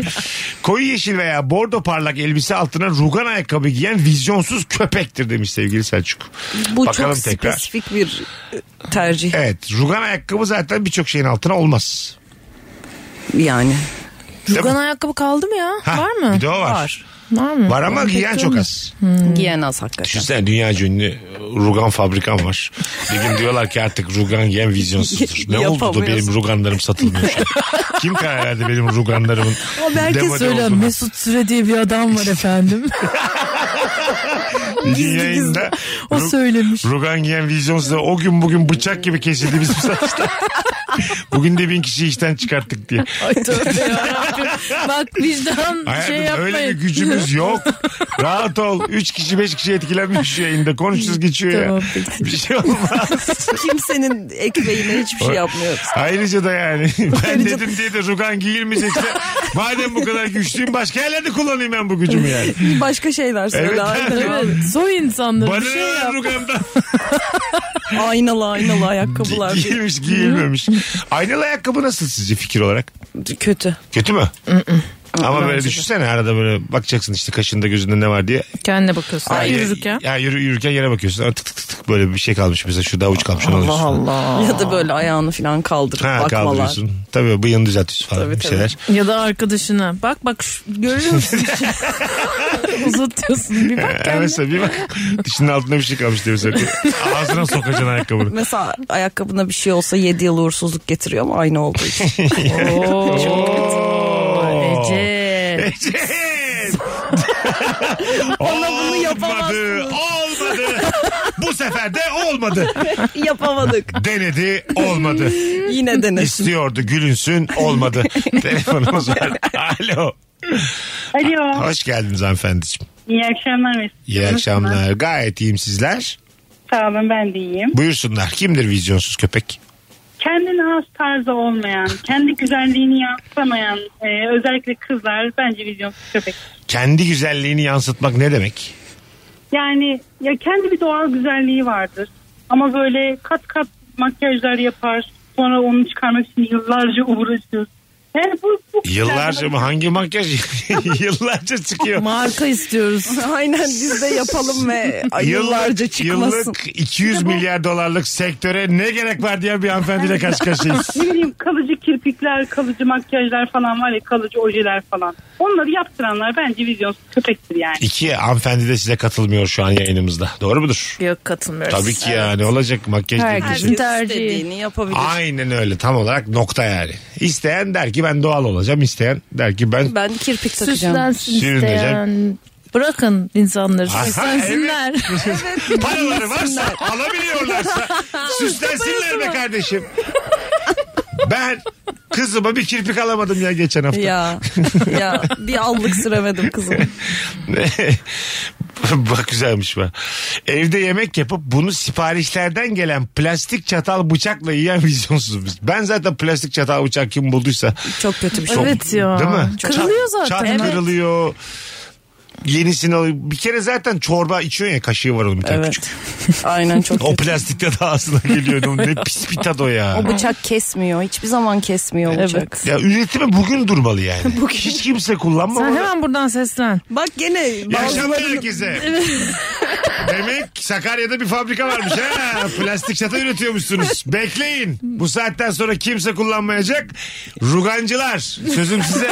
C: Koyu yeşil veya bordo parlak elbise altına rugan ayakkabı giyen vizyonsuz köpektir demiş sevgili Selçuk.
D: Bu
C: Bakalım
D: çok
C: tekrar.
D: spesifik bir e, tercih
C: Evet rugan ayakkabı zaten birçok şeyin altına olmaz.
D: yani.
E: Rugan ayakkabı kaldı mı ya?
C: Ha,
E: Var mı?
C: Bir de o var.
D: Var.
E: Var mı?
C: Var ama
E: Ben
C: giyen çok
E: bekliyorum.
C: az.
D: Giyen az hakikaten.
C: Düşünsene dünya ünlü rugan fabrikam var. Bir gün diyorlar ki artık rugan giyen vizyonsuzdur. Ne oldu da benim
D: Yapamıyorsun.
C: ruganlarım satılmıyor şu an? Kim karar verdi benim ruganlarımın
E: Ama
C: demode
E: herkes öyle
C: olduğuna?
E: Mesut Süre diye bir adam var efendim.
C: Bir gün
E: Gizli
C: yayında
E: O
C: Ru-
E: söylemiş.
C: Rugan giyen vizyon size o gün bugün bıçak gibi kesildi bizim saçta. bugün de bin kişiyi işten çıkarttık diye.
E: Ay tövbe yarabbim. Bak vicdan
C: Hayatım
E: şey yapmayın.
C: öyle bir gücümüz yok. Rahat ol. Üç kişi beş kişi etkilenmiş şu yayında. Konuşuruz geçiyor
E: Tamam,
C: ya. Bir şey olmaz.
D: Kimsenin ekmeğine hiçbir şey yapmıyoruz.
C: Ayrıca da yani ben dedim diye de Rugan giyilmeyecekse madem bu kadar güçlüyüm başka yerlerde kullanayım ben bu gücümü yani.
D: Başka şeyler söyle.
C: Evet.
D: aynen.
E: Evet, soy insanları
C: Bana
E: bir şey
C: ne
E: yap.
C: lan Rugan'dan?
D: aynalı aynalı ayakkabılar.
C: Giyilmiş giyilmemiş. Aynalı ayakkabı nasıl sizce fikir olarak?
D: Kötü.
C: Kötü mü? Ama böyle
D: Bence de.
C: düşünsene arada böyle bakacaksın işte kaşında gözünde ne var diye.
E: Kendine bakıyorsun. Ay,
C: Ya-
E: yürürken.
C: Ya yürü, yürürken yere bakıyorsun. Aa, Tık tık tık tık böyle bir şey kalmış mesela şurada avuç kalmış. onu alıyorsun.
E: Allah.
D: Ya da böyle ayağını falan kaldırıp
C: Ha
D: bakmalar.
C: kaldırıyorsun. Tabii bıyığını düzeltiyorsun falan
D: Tabii,
C: bir
D: tabii.
C: şeyler.
E: Ya da arkadaşına. Bak bak şu- görüyor musun? Uzatıyorsun bir bak
C: Ya
E: kendine.
C: mesela bir bak dişinin altında bir şey kalmış diye mesela. Ağzına sokacaksın ayakkabını.
D: Mesela ayakkabına bir şey olsa 7 yıl uğursuzluk getiriyor ama aynı olduğu için.
C: Oo.
E: Ece.
C: Ece. Ona bunu yapamadı. Olmadı. Bu sefer de olmadı.
D: Yapamadık.
C: Denedi olmadı.
D: Yine denesin.
C: İstiyordu gülünsün olmadı. Telefonumuz var. Alo.
F: Alo.
C: Hoş geldiniz hanımefendiciğim.
F: İyi akşamlar. Mesut.
C: İyi akşamlar. Gayet iyiyim sizler.
F: Sağ olun ben de iyiyim.
C: Buyursunlar. Kimdir vizyonsuz köpek?
F: Kendine has tarzı olmayan, kendi güzelliğini yansıtamayan e, özellikle kızlar bence vizyonsuz köpek.
C: Kendi güzelliğini yansıtmak ne demek?
F: Yani ya kendi bir doğal güzelliği vardır. Ama böyle kat kat makyajlar yapar. Sonra onu çıkarmak için yıllarca uğraşır. Yani bu, bu
C: Yıllarca mı? Hangi makyaj? Yıllarca çıkıyor.
E: Marka istiyoruz.
D: Aynen biz de yapalım ve ay- yıllarca
C: Yıllık-
D: çıkmasın.
C: Yıllık 200 milyar dolarlık sektöre ne gerek var diye bir hanımefendiyle karşı karşıyayız.
F: Ne bileyim kalıcı kirpikler, kalıcı makyajlar falan var ya kalıcı ojeler falan. Onları yaptıranlar bence vizyonsuz köpektir yani.
C: İki hanımefendi de size katılmıyor şu an yayınımızda. Doğru mudur?
E: Yok katılmıyoruz.
C: Tabii ki yani olacak makyaj değil.
E: Herkes.
D: Herkes
E: Tercih.
D: istediğini yapabilir.
C: Aynen öyle tam olarak nokta yani. İsteyen der ki ben doğal olacağım. isteyen der ki ben...
D: Ben kirpik takacağım.
E: Süslensin
C: Sürüneceğim.
E: isteyen. Bırakın insanları
C: Aha,
E: süslensinler.
C: Paraları varsa alabiliyorlarsa süslensinler be kardeşim. Ben kızıma bir kirpik alamadım ya geçen hafta.
D: Ya ya bir allık süremedim kızım.
C: Bak güzelmiş be. Evde yemek yapıp bunu siparişlerden gelen plastik çatal bıçakla yiyen vizyonsuz biz. Ben zaten plastik çatal bıçak kim bulduysa.
D: Çok kötü bir şey.
E: Evet ya.
C: Değil mi?
E: Kırılıyor
C: Çat-
E: zaten.
C: Çat
E: Evet.
C: kırılıyor. Yenisini alıyor. Bir kere zaten çorba içiyorsun ya kaşığı var onun bir tane küçük.
D: Evet. Aynen çok
C: O
D: kötü.
C: plastikte de ağzına geliyor. Ne pis bir tad o ya.
D: O bıçak kesmiyor. Hiçbir zaman kesmiyor o bıçak.
C: Ya üretimi bugün durmalı yani. Hiç kimse
E: Sen
C: kullanmamalı.
E: hemen buradan seslen.
D: Bak gene
C: Yaşam
D: bazıları
C: herkese. Demek Sakarya'da bir fabrika varmış ha. Plastik çata üretiyormuşsunuz. Bekleyin. Bu saatten sonra kimse kullanmayacak. Rugancılar sözüm size.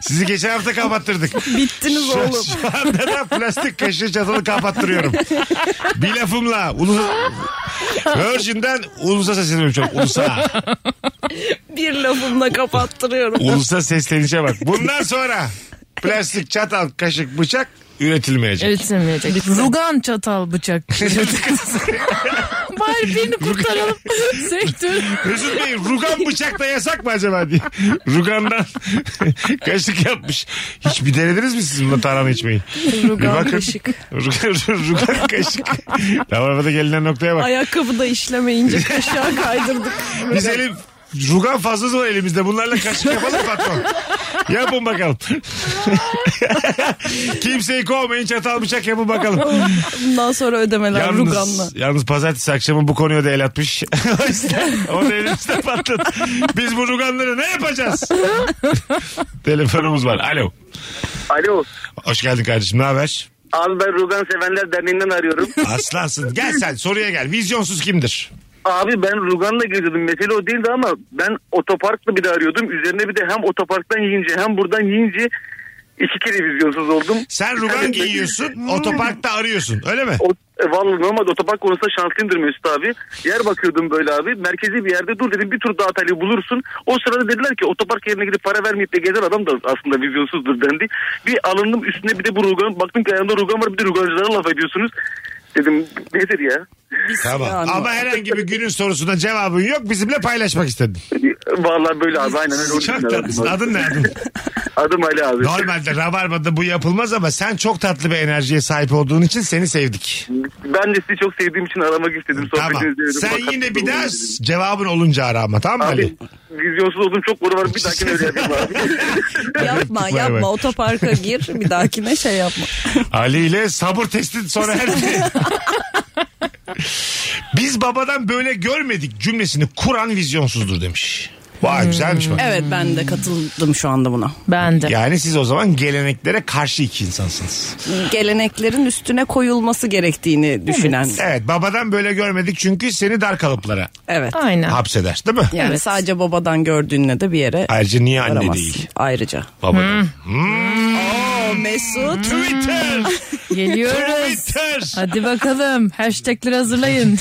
C: Sizi geçen hafta kapattırdık.
D: bittiniz
C: Şu,
D: oğlum.
C: şu anda da plastik kaşığı çatalı kapattırıyorum. Bir lafımla. Ulus... Virgin'den ulusa sesleniyorum çok. Ulusa.
D: Bir lafımla kapattırıyorum.
C: Ulusa seslenişe bak. Bundan sonra plastik çatal, kaşık, bıçak üretilmeyecek.
E: Üretilmeyecek. Rugan çatal bıçak. Bari birini kurtaralım. Sektör.
C: Mesut Bey rugan bıçakla yasak mı acaba diye. Rugandan kaşık yapmış. Hiç bir denediniz mi siz bunu tarhana içmeyi?
D: Rugan
C: Bir bakın.
D: kaşık.
C: Rugan, rugan kaşık. Lavabada gelinen noktaya bak.
D: Ayakkabı da işlemeyince kaşığa kaydırdık.
C: Biz elim Rugan fazlası var elimizde. Bunlarla kaşık yapalım patron. Yapın bakalım. Kimseyi kovmayın çatal bıçak yapın bakalım.
D: Bundan sonra ödemeler
C: Yalnız,
D: ruganla.
C: yalnız pazartesi akşamı bu konuya da el atmış. o yüzden onu elimizde patladı. Biz bu ruganları ne yapacağız? Telefonumuz var. Alo.
G: Alo.
C: Hoş geldin kardeşim. Ne haber?
G: Abi ben Rugan Sevenler Derneği'nden arıyorum.
C: Aslansın. Gel sen soruya gel. Vizyonsuz kimdir?
G: Abi ben Rugan'la geziyordum. Mesele o değildi ama ben otoparkla bir de arıyordum. Üzerine bir de hem otoparktan yiyince hem buradan yiyince iki kere vizyonsuz oldum.
C: Sen rugan giyiyorsun, otoparkta arıyorsun. Öyle mi?
G: O,
K: E, vallahi normalde otopark konusunda şanslıyımdır Mesut abi. Yer bakıyordum böyle abi. Merkezi bir yerde dur dedim bir tur daha Antalya'yı bulursun. O sırada dediler ki otopark yerine gidip para vermeyip de gezen adam da aslında vizyonsuzdur dendi. Bir alındım üstüne bir de bu rugan. Baktım ki ayağımda rugan var bir de rugancılara laf ediyorsunuz. Dedim nedir ya?
C: Tamam. Ama herhangi bir günün sorusuna cevabın yok. Bizimle paylaşmak istedin.
K: Vallahi böyle abi aynen öyle.
C: Çok tatlısın. Adın ne adın?
K: Adım Ali abi.
C: Normalde Rabarba'da bu yapılmaz ama sen çok tatlı bir enerjiye sahip olduğun için seni sevdik.
K: Ben de sizi çok sevdiğim için aramak istedim.
C: Tamam.
K: Sohbetinizi dedim.
C: Sen
K: Bakalım
C: yine bir
K: olur mu
C: daha
K: dedim.
C: cevabın olunca ara ama tamam mı Ali?
K: Abi vizyonsuz olduğum çok boru var. Bir dahakine öyle yapayım abi.
D: yapma
C: Vay vay.
D: yapma otoparka gir bir dahakine şey yapma.
C: Ali ile sabır testi sonra her şey. Biz babadan böyle görmedik cümlesini kuran vizyonsuzdur demiş. Vay güzelmiş bak.
D: Hmm. Evet ben de katıldım şu anda buna.
E: Ben de.
C: Yani siz o zaman geleneklere karşı iki insansınız.
D: Geleneklerin üstüne koyulması gerektiğini düşünen. Evet.
C: Evet babadan böyle görmedik çünkü seni dar kalıplara
E: Aynen.
C: hapseder değil mi?
D: Yani
E: Evet.
D: sadece babadan gördüğünle de bir yere
C: Ayrıca niye anne
D: varamazsın.
C: değil
D: Ayrıca. Hmm.
C: babadan?
D: O Mesut.
C: Twitter!
E: Geliyoruz.
C: Twitter!
E: Hadi bakalım. Hashtagleri hazırlayın.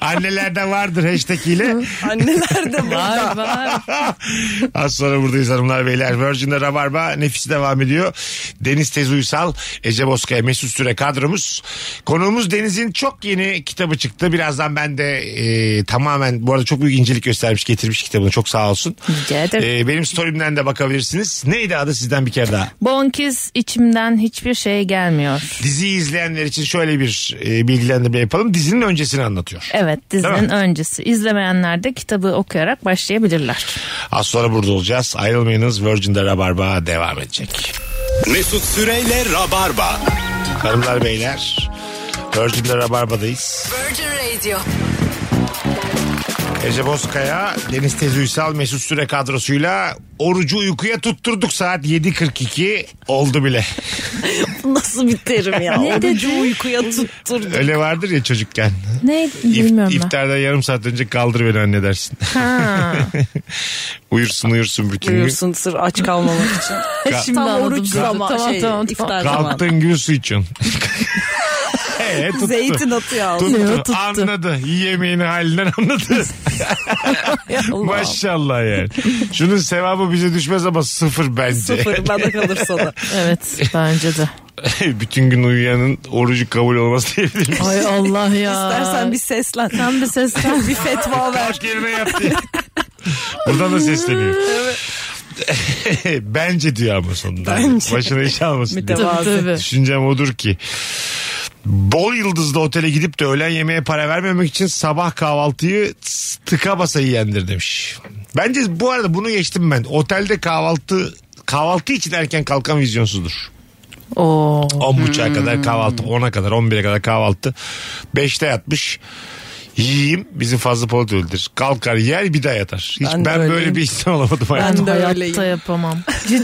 C: Annelerde vardır hashtag ile.
D: Anneler de var.
E: var var.
C: Az sonra buradayız hanımlar beyler. Virgin'de Rabarba nefis devam ediyor. Deniz Tez Uysal, Ece Bozkaya, Mesut Süre kadromuz. Konuğumuz Deniz'in çok yeni kitabı çıktı. Birazdan ben de e, tamamen bu arada çok büyük incelik göstermiş getirmiş kitabını çok sağ olsun.
E: Rica ederim.
C: E, benim story'imden de bakabilirsiniz. Neydi adı sizden bir kere daha?
E: Bonkiz içimden hiçbir şey gelmiyor.
C: Diziyi izleyenler için şöyle bir e, bilgilendirme yapalım. Dizinin öncesini anlatıyor.
E: Evet
C: Değil
E: dizinin
C: mi?
E: öncesi. İzlemeyenler de kitabı okuyarak başlayabilirler.
C: Az sonra burada olacağız. Ayrılmayınız. Virgin'de Rabarba devam edecek.
B: Mesut Süreyle Rabarba.
C: Hanımlar beyler. Virgin'de Rabarba'dayız.
J: Virgin Radio.
C: Ece Bozkaya, Deniz Tez Uysal, Mesut Süre kadrosuyla orucu uykuya tutturduk. Saat 7.42 oldu bile.
D: Nasıl bir terim ya?
E: Ne
D: Orucu
E: dedi?
D: uykuya tutturdu.
C: Öyle vardır ya çocukken.
E: Ne
C: İf-
E: bilmiyorum ben.
C: İftardan yarım saat önce kaldır beni anne dersin.
E: Ha.
C: uyursun uyursun bütün gün.
D: Duyursun sır aç kalmamak için.
E: Şimdi
D: Tam
E: anladım
D: oruç
E: zaten.
D: zaman
E: Tamam,
D: şey,
E: tamam, tamam.
D: iftar zamanı.
C: Kalktığın gün su içiyorsun. Ee, tuttu.
D: Zeytin atıyor ağzına.
C: Tuttu.
E: Ya, tuttu.
C: Anladı. Yemeğini halinden anladı. Maşallah yani. Şunun sevabı bize düşmez ama sıfır bence.
D: Sıfır bana kalırsa da.
E: Evet bence de.
C: Bütün gün uyuyanın orucu kabul olmaz diyebilir miyiz?
E: Ay Allah ya.
D: İstersen bir seslen.
E: sen bir seslen.
D: bir fetva ver.
C: Kalk yerine yap diye. Buradan da sesleniyor. Bence diyor ama sonunda.
D: Bence.
C: Başına iş almasın diye.
E: Tabii,
D: Mütevazı.
E: tabii.
C: Düşüncem odur ki. Bol yıldızlı otele gidip de öğlen yemeğe para vermemek için sabah kahvaltıyı ts- tıka basa yiyendir demiş. Bence bu arada bunu geçtim ben. Otelde kahvaltı kahvaltı için erken kalkan vizyonsuzdur.
E: Oo.
C: 10.30'a kadar kahvaltı, 10'a kadar, 11'e kadar kahvaltı. 5'te yatmış. Yiyeyim bizim fazla polat öldür. Kalkar yer bir daha yatar. Hiç ben,
D: Ben de
C: böyle
D: öyleyim.
C: bir insan olamadım hayatım.
D: Ben de
E: hayatta
D: öyleyim.
E: yapamam.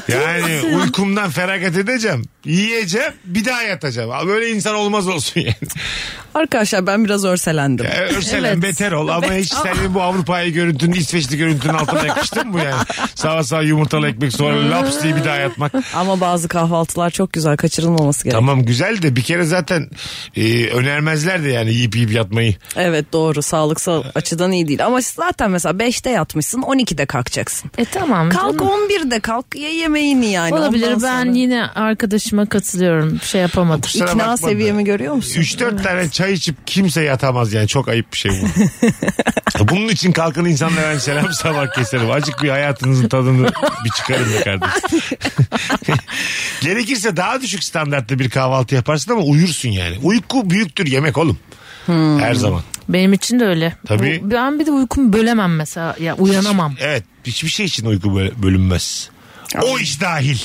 C: Yani uykumdan feragat edeceğim. Yiyeceğim bir daha yatacağım. Abi Böyle insan olmaz olsun yani.
D: Arkadaşlar ben biraz örselendim.
C: E, Örselen
E: Evet.
C: beter ol ama hiç senin bu Avrupa'yı görüntünün İsveçli görüntünün altına yakıştın mı yani? Sağ sağ yumurtalı ekmek sonra laps diye bir daha yatmak.
D: Ama bazı kahvaltılar çok güzel kaçırılmaması gerek.
C: Tamam güzel de bir kere zaten e, önermezler de yani yiyip yiyip yatmayı.
D: Evet doğru sağlıksal açıdan iyi değil. Ama zaten mesela 5'te yatmışsın 12'de kalkacaksın.
E: E tamam.
D: Kalk
E: canım.
D: 11'de kalk ye yemeğini yani.
E: Olabilir ben
D: Ondan sonra-
E: yine arkadaşıma katılıyorum. Şey yapamadım.
C: Kusura bakma da.
D: İkna seviyemi görüyor musun?
C: 3-4 tane çay içip kimse yatamaz yani çok ayıp bir şey bu. Bunun için kalkın insanlara ben selam sabah keserim. Acık bir hayatınızın tadını bir çıkarın be kardeşim. Gerekirse daha düşük standartta bir kahvaltı yaparsın ama uyursun yani. Uyku büyüktür yemek oğlum. Her zaman.
E: Benim için de öyle.
C: Tabii.
E: Bu- Ben bir de uykumu bölemem mesela. Ya uyanamam.
C: Evet hiçbir şey için uyku böl- bölünmez. O iş dahil.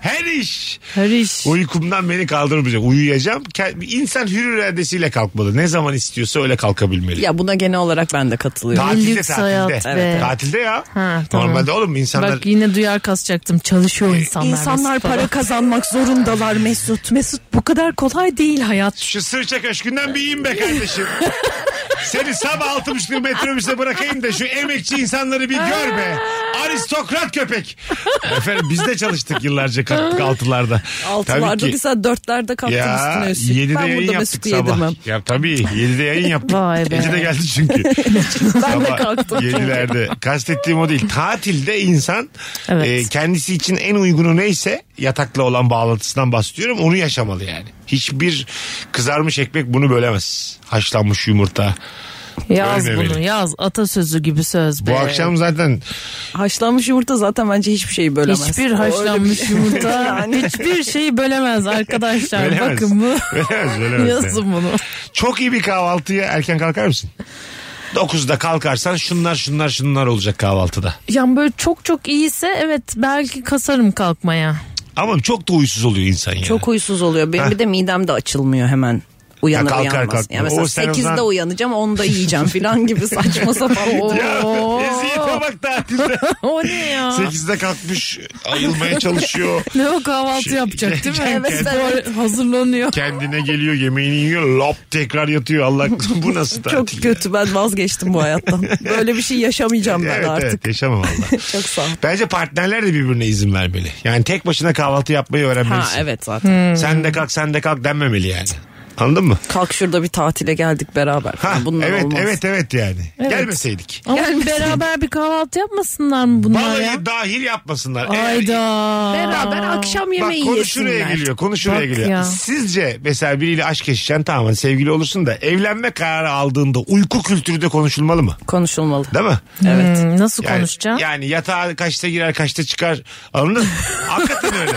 C: Her iş.
E: Her iş.
C: Uykumdan beni kaldırmayacak. Uyuyacağım. Ke- İnsan hür iradesiyle kalkmalı. Ne zaman istiyorsa öyle kalkabilmeli.
D: Ya buna genel olarak ben de katılıyorum.
C: Tatilde
E: Lüks
C: tatilde.
E: hayat be.
C: Evet. Tatilde ya.
E: Ha, tamam.
C: Normalde oğlum insanlar
E: Bak yine duyar kasacaktım. Çalışıyor insanlar.
D: İnsanlar
E: Mesut falan.
D: para kazanmak zorundalar Mesut. Mesut
E: Bu kadar kolay değil hayat.
C: şu sırça köşkünden bir yiyin be kardeşim. Seni sabah altı buçukta metrobüse bırakayım da şu emekçi insanları bir gör be. Aristokrat köpek. Efendim biz de çalıştık yıllarca kalktık altılarda.
L: Altılarda
C: Tabii ki-
L: bir saat dörtlerde kalktım üstüne üstlük.
C: yedide
L: ben
C: yayın
L: burada
C: yaptık
L: Mesut'u
C: sabah.
L: yedirmem.
C: Ya tabii 7'de yayın yaptık.
L: Vay be.
C: Ece de geldi çünkü.
L: ben de
C: Sabah
L: kalktım.
C: Yedilerde. Kastettiğim o değil. Tatilde insan e, kendisi için en uygunu neyse yatakla olan bağlantısından bahsediyorum. Onu yaşamalı yani. Hiçbir kızarmış ekmek bunu bölemez. Haşlanmış yumurta.
E: Yaz
C: Ölmemeli.
E: bunu yaz atasözü gibi söz be.
C: Bu akşam zaten
L: Haşlanmış yumurta zaten bence hiçbir şeyi bölemez.
E: Hiçbir
L: O öyle
C: şey.
E: haşlanmış
L: bir-
E: yumurta
L: Yani.
E: hiçbir şeyi bölemez arkadaşlar.
C: Bölemez.
E: Bakın bu.
C: Bölemez, bölemez.
E: Yazın bunu.
C: Çok iyi bir kahvaltıya erken kalkar mısın? 9'da kalkarsan şunlar şunlar şunlar olacak kahvaltıda.
E: Yani böyle çok çok iyiyse evet belki kasarım kalkmaya.
C: Ama çok da uysuz oluyor insan ya.
L: Çok huysuz oluyor. Benim
C: Heh.
L: bir de midem de açılmıyor hemen. Uyanır
C: Ya kalkar
L: uyanmaz.
C: kalkmaz.
L: Yani mesela
C: O sen o
L: 8'de
C: zaman-
L: uyanacağım 10'da yiyeceğim falan gibi saçma sapan.
C: Ya
L: Oo.
C: eziyete bak tatilde.
E: O ne ya?
C: 8'de kalkmış ayılmaya çalışıyor.
E: Ne o kahvaltı
C: Şey-
E: yapacak değil mi?
C: Evet, evet.
E: Doğru, hazırlanıyor.
C: Kendine geliyor yemeğini yiyor lop tekrar yatıyor Allah bu nasıl tatil?
L: Çok kötü ben vazgeçtim bu hayattan. Böyle bir şey yaşamayacağım ben
C: Evet
L: artık.
C: evet yaşamam valla.
L: Çok sağ ol.
C: Bence partnerler de birbirine izin vermeli. Yani tek başına kahvaltı yapmayı
L: Ha
C: öğrenmelisin.
L: evet
E: Hmm.
L: Hmm. zaten.
C: Sen de kalk sen de kalk denmemeli yani. Anladın mı?
L: Kalk şurada bir tatile geldik beraber.
C: Ha,
L: falan. Bunlar
C: evet
L: olmaz.
C: evet evet yani.
E: Evet.
C: Gelmeseydik.
E: Ama beraber bir kahvaltı yapmasınlar mı bunlar
C: Balayı
E: ya?
C: dahil yapmasınlar. Eğer-
E: Ayda.
L: Beraber akşam
C: Bak
L: yemeği
C: konu şuraya
L: yesinler.
C: geliyor. Konu şuraya
E: Bak
C: geliyor.
E: ya.
C: Sizce mesela biriyle aşk yaşayacaksın tamam hadi sevgili olursun da evlenme kararı aldığında uyku kültürü de konuşulmalı mı?
L: Konuşulmalı.
C: Değil mi?
L: Evet.
E: Hmm, Nasıl
C: Yani,
E: konuşacağım?
C: yani yatağa kaçta girer kaçta çıkar anladın mı? Hakikaten öyle.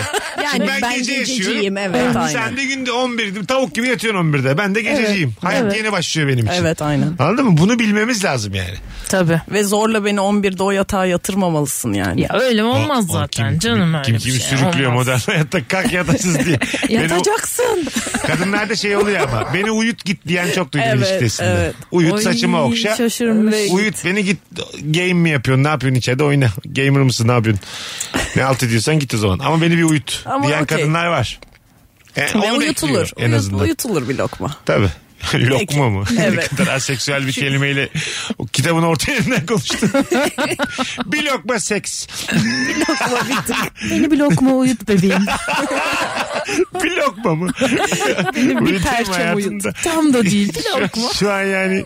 C: Şimdi ben, gece yaşıyorum.
L: evet
C: Sen
L: aynen.
C: de günde 11'de tavuk gibi yatıyorsun 11'de. Ben de gececiyim. Hayat
E: Evet.
C: yeni başlıyor benim için.
L: Evet aynen.
C: Anladın mı? Bunu bilmemiz lazım yani.
E: Tabii.
L: Ve zorla beni 11'de o yatağa yatırmamalısın yani.
E: Ya öyle mi olmaz
C: O- o
E: zaten
C: kim-
E: canım öyle
C: Kim
E: bir
C: kimi
E: şey
C: sürüklüyor
E: olmaz.
C: modern hayatta kalk yatasız diye. Beni o-
E: Yatacaksın.
C: Kadınlarda şey oluyor ama beni uyut git diyen çok duydum
L: Evet,
C: ilişkisinde.
L: evet.
C: Uyut
E: Oy,
C: saçıma okşa.
E: şaşırmış.
C: Uyut beni git game mi yapıyorsun ne yapıyorsun içeride oyna. Gamer mısın ne yapıyorsun. Ne alt ediyorsan git o zaman. Ama beni bir uyut
L: Ama
C: diyen
L: okey.
C: kadınlar var. E,
L: Ve
C: onu
L: uyutulur.
C: bekliyor en
L: Uyut-
C: azından.
L: Uyutulur bir lokma.
C: Tabii. Lokma mı? ne
L: Evet.
C: kadar aseksüel bir kelimeyle o kitabın orta yerinden konuştun. bir lokma seks.
E: Beni bir lokma uyut bebeğim.
C: Bir lokma mı? Benim
L: bir perçem uyut.
E: Tam da değil bir
C: Şu-
E: lokma.
C: Şu an yani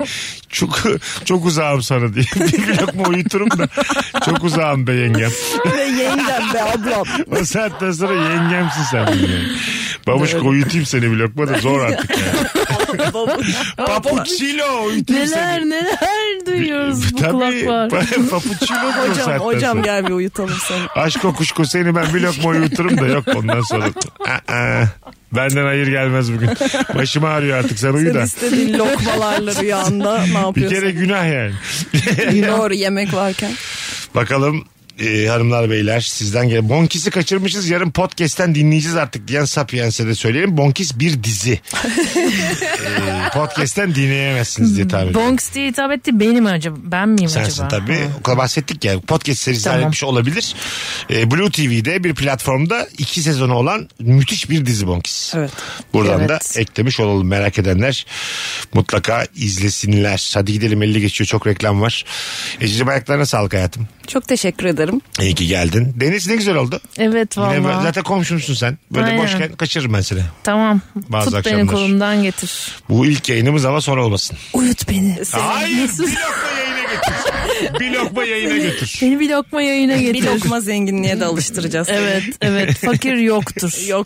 C: çok çok uzağım sana diye. Bir bir lokma uyuturum da çok uzağım be yengem.
L: Ve yengem be ablam.
C: O saatten sonra yengemsin sen benim yani. Babuşko uyutayım seni bir lokma da zor artık yani. Papuçilo uyutayım
E: Neler
C: seni.
E: neler duyuyoruz bu kulaklar.
C: Papuçilo bu
L: hocam
C: saatten
L: hocam
C: sonra.
L: gel bir uyutalım seni.
C: Aşk kokuşko seni ben bir lokma uyuturum da yok ondan sonra. Aa, benden hayır gelmez bugün. Başım ağrıyor artık sen uyu
L: Sen
C: da.
L: istediğin lokmalarla rüyanda ne
C: Bir kere
L: yapıyorsun?
C: günah yani.
L: Doğru yemek varken.
C: Bakalım e, hanımlar beyler sizden gelen. Bonkis'i kaçırmışız yarın podcast'ten dinleyeceğiz artık diyen Sapiens'e de söyleyelim. Bonkis bir dizi. e, podcast'ten dinleyemezsiniz diye tahmin ediyorum.
E: Bonks diye hitap etti benim acaba? Ben miyim
C: Sensin
E: acaba?
C: tabii. O kadar bahsettik ya. Podcast serisi
E: Tamam.
C: halletmiş olabilir. E, Blue TV'de bir platformda iki sezonu olan müthiş bir dizi Bonkis.
L: Evet.
C: Buradan
E: Evet.
C: da eklemiş olalım merak edenler mutlaka izlesinler. Hadi gidelim 50 geçiyor çok reklam var. Ececiğim ayaklarına sağlık hayatım.
L: Çok teşekkür ederim.
C: İyi ki geldin. Deniz ne güzel oldu.
E: Evet
C: Yine böyle-
E: valla.
C: zaten komşumsun sen. Böyle
E: Aynen.
C: boşken kaçırırım ben seni.
E: Tamam.
C: Bazı
E: Tut
C: akşamlar.
E: beni kolumdan getir.
C: Bu ilk yayınımız ama sonra olmasın.
E: Uyut beni.
C: Hayır
E: Mesut,
C: bir lokma yayına götür. bir lokma yayına götür.
E: Beni bir lokma yayına getir.
L: Bir lokma zenginliğe de alıştıracağız.
E: Evet evet fakir yoktur.
L: Yok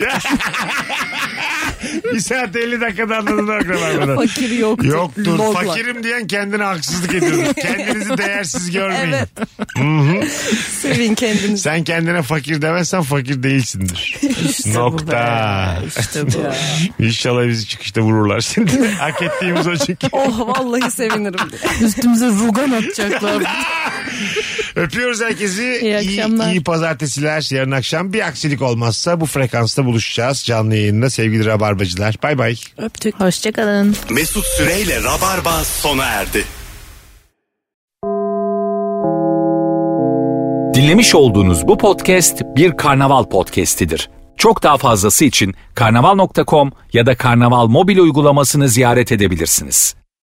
C: Bir saat 50 dakikada anladın arkadaşlar.
L: fakir yoktur.
C: Yoktur.
L: Logla.
C: Fakirim diyen kendine haksızlık ediyordur. Kendinizi değersiz görmeyin.
L: Evet.
C: Hı hı.
L: Sevin kendinizi.
C: Sen kendine fakir demezsen fakir değilsindir. Nokta.
L: İşte bu.
C: İnşallah bizi çıkışta vururlar şimdi. Hak ettiğimiz o çünkü.
L: oh vallahi sevinirim.
E: Üstümüze rugan atacaklar.
C: Öpüyoruz herkesi.
E: İyi akşamlar.
C: iyi pazartesiler. Yarın akşam bir aksilik olmazsa bu frekansta buluşacağız. Canlı yayında sevgili rabarbacılar. Bay bay.
L: Öptük.
E: Hoşçakalın.
B: Mesut Süreyle Rabarba sona erdi.
A: Dinlemiş olduğunuz bu podcast bir karnaval podcastidir. Çok daha fazlası için karnaval.com ya da karnaval mobil uygulamasını ziyaret edebilirsiniz.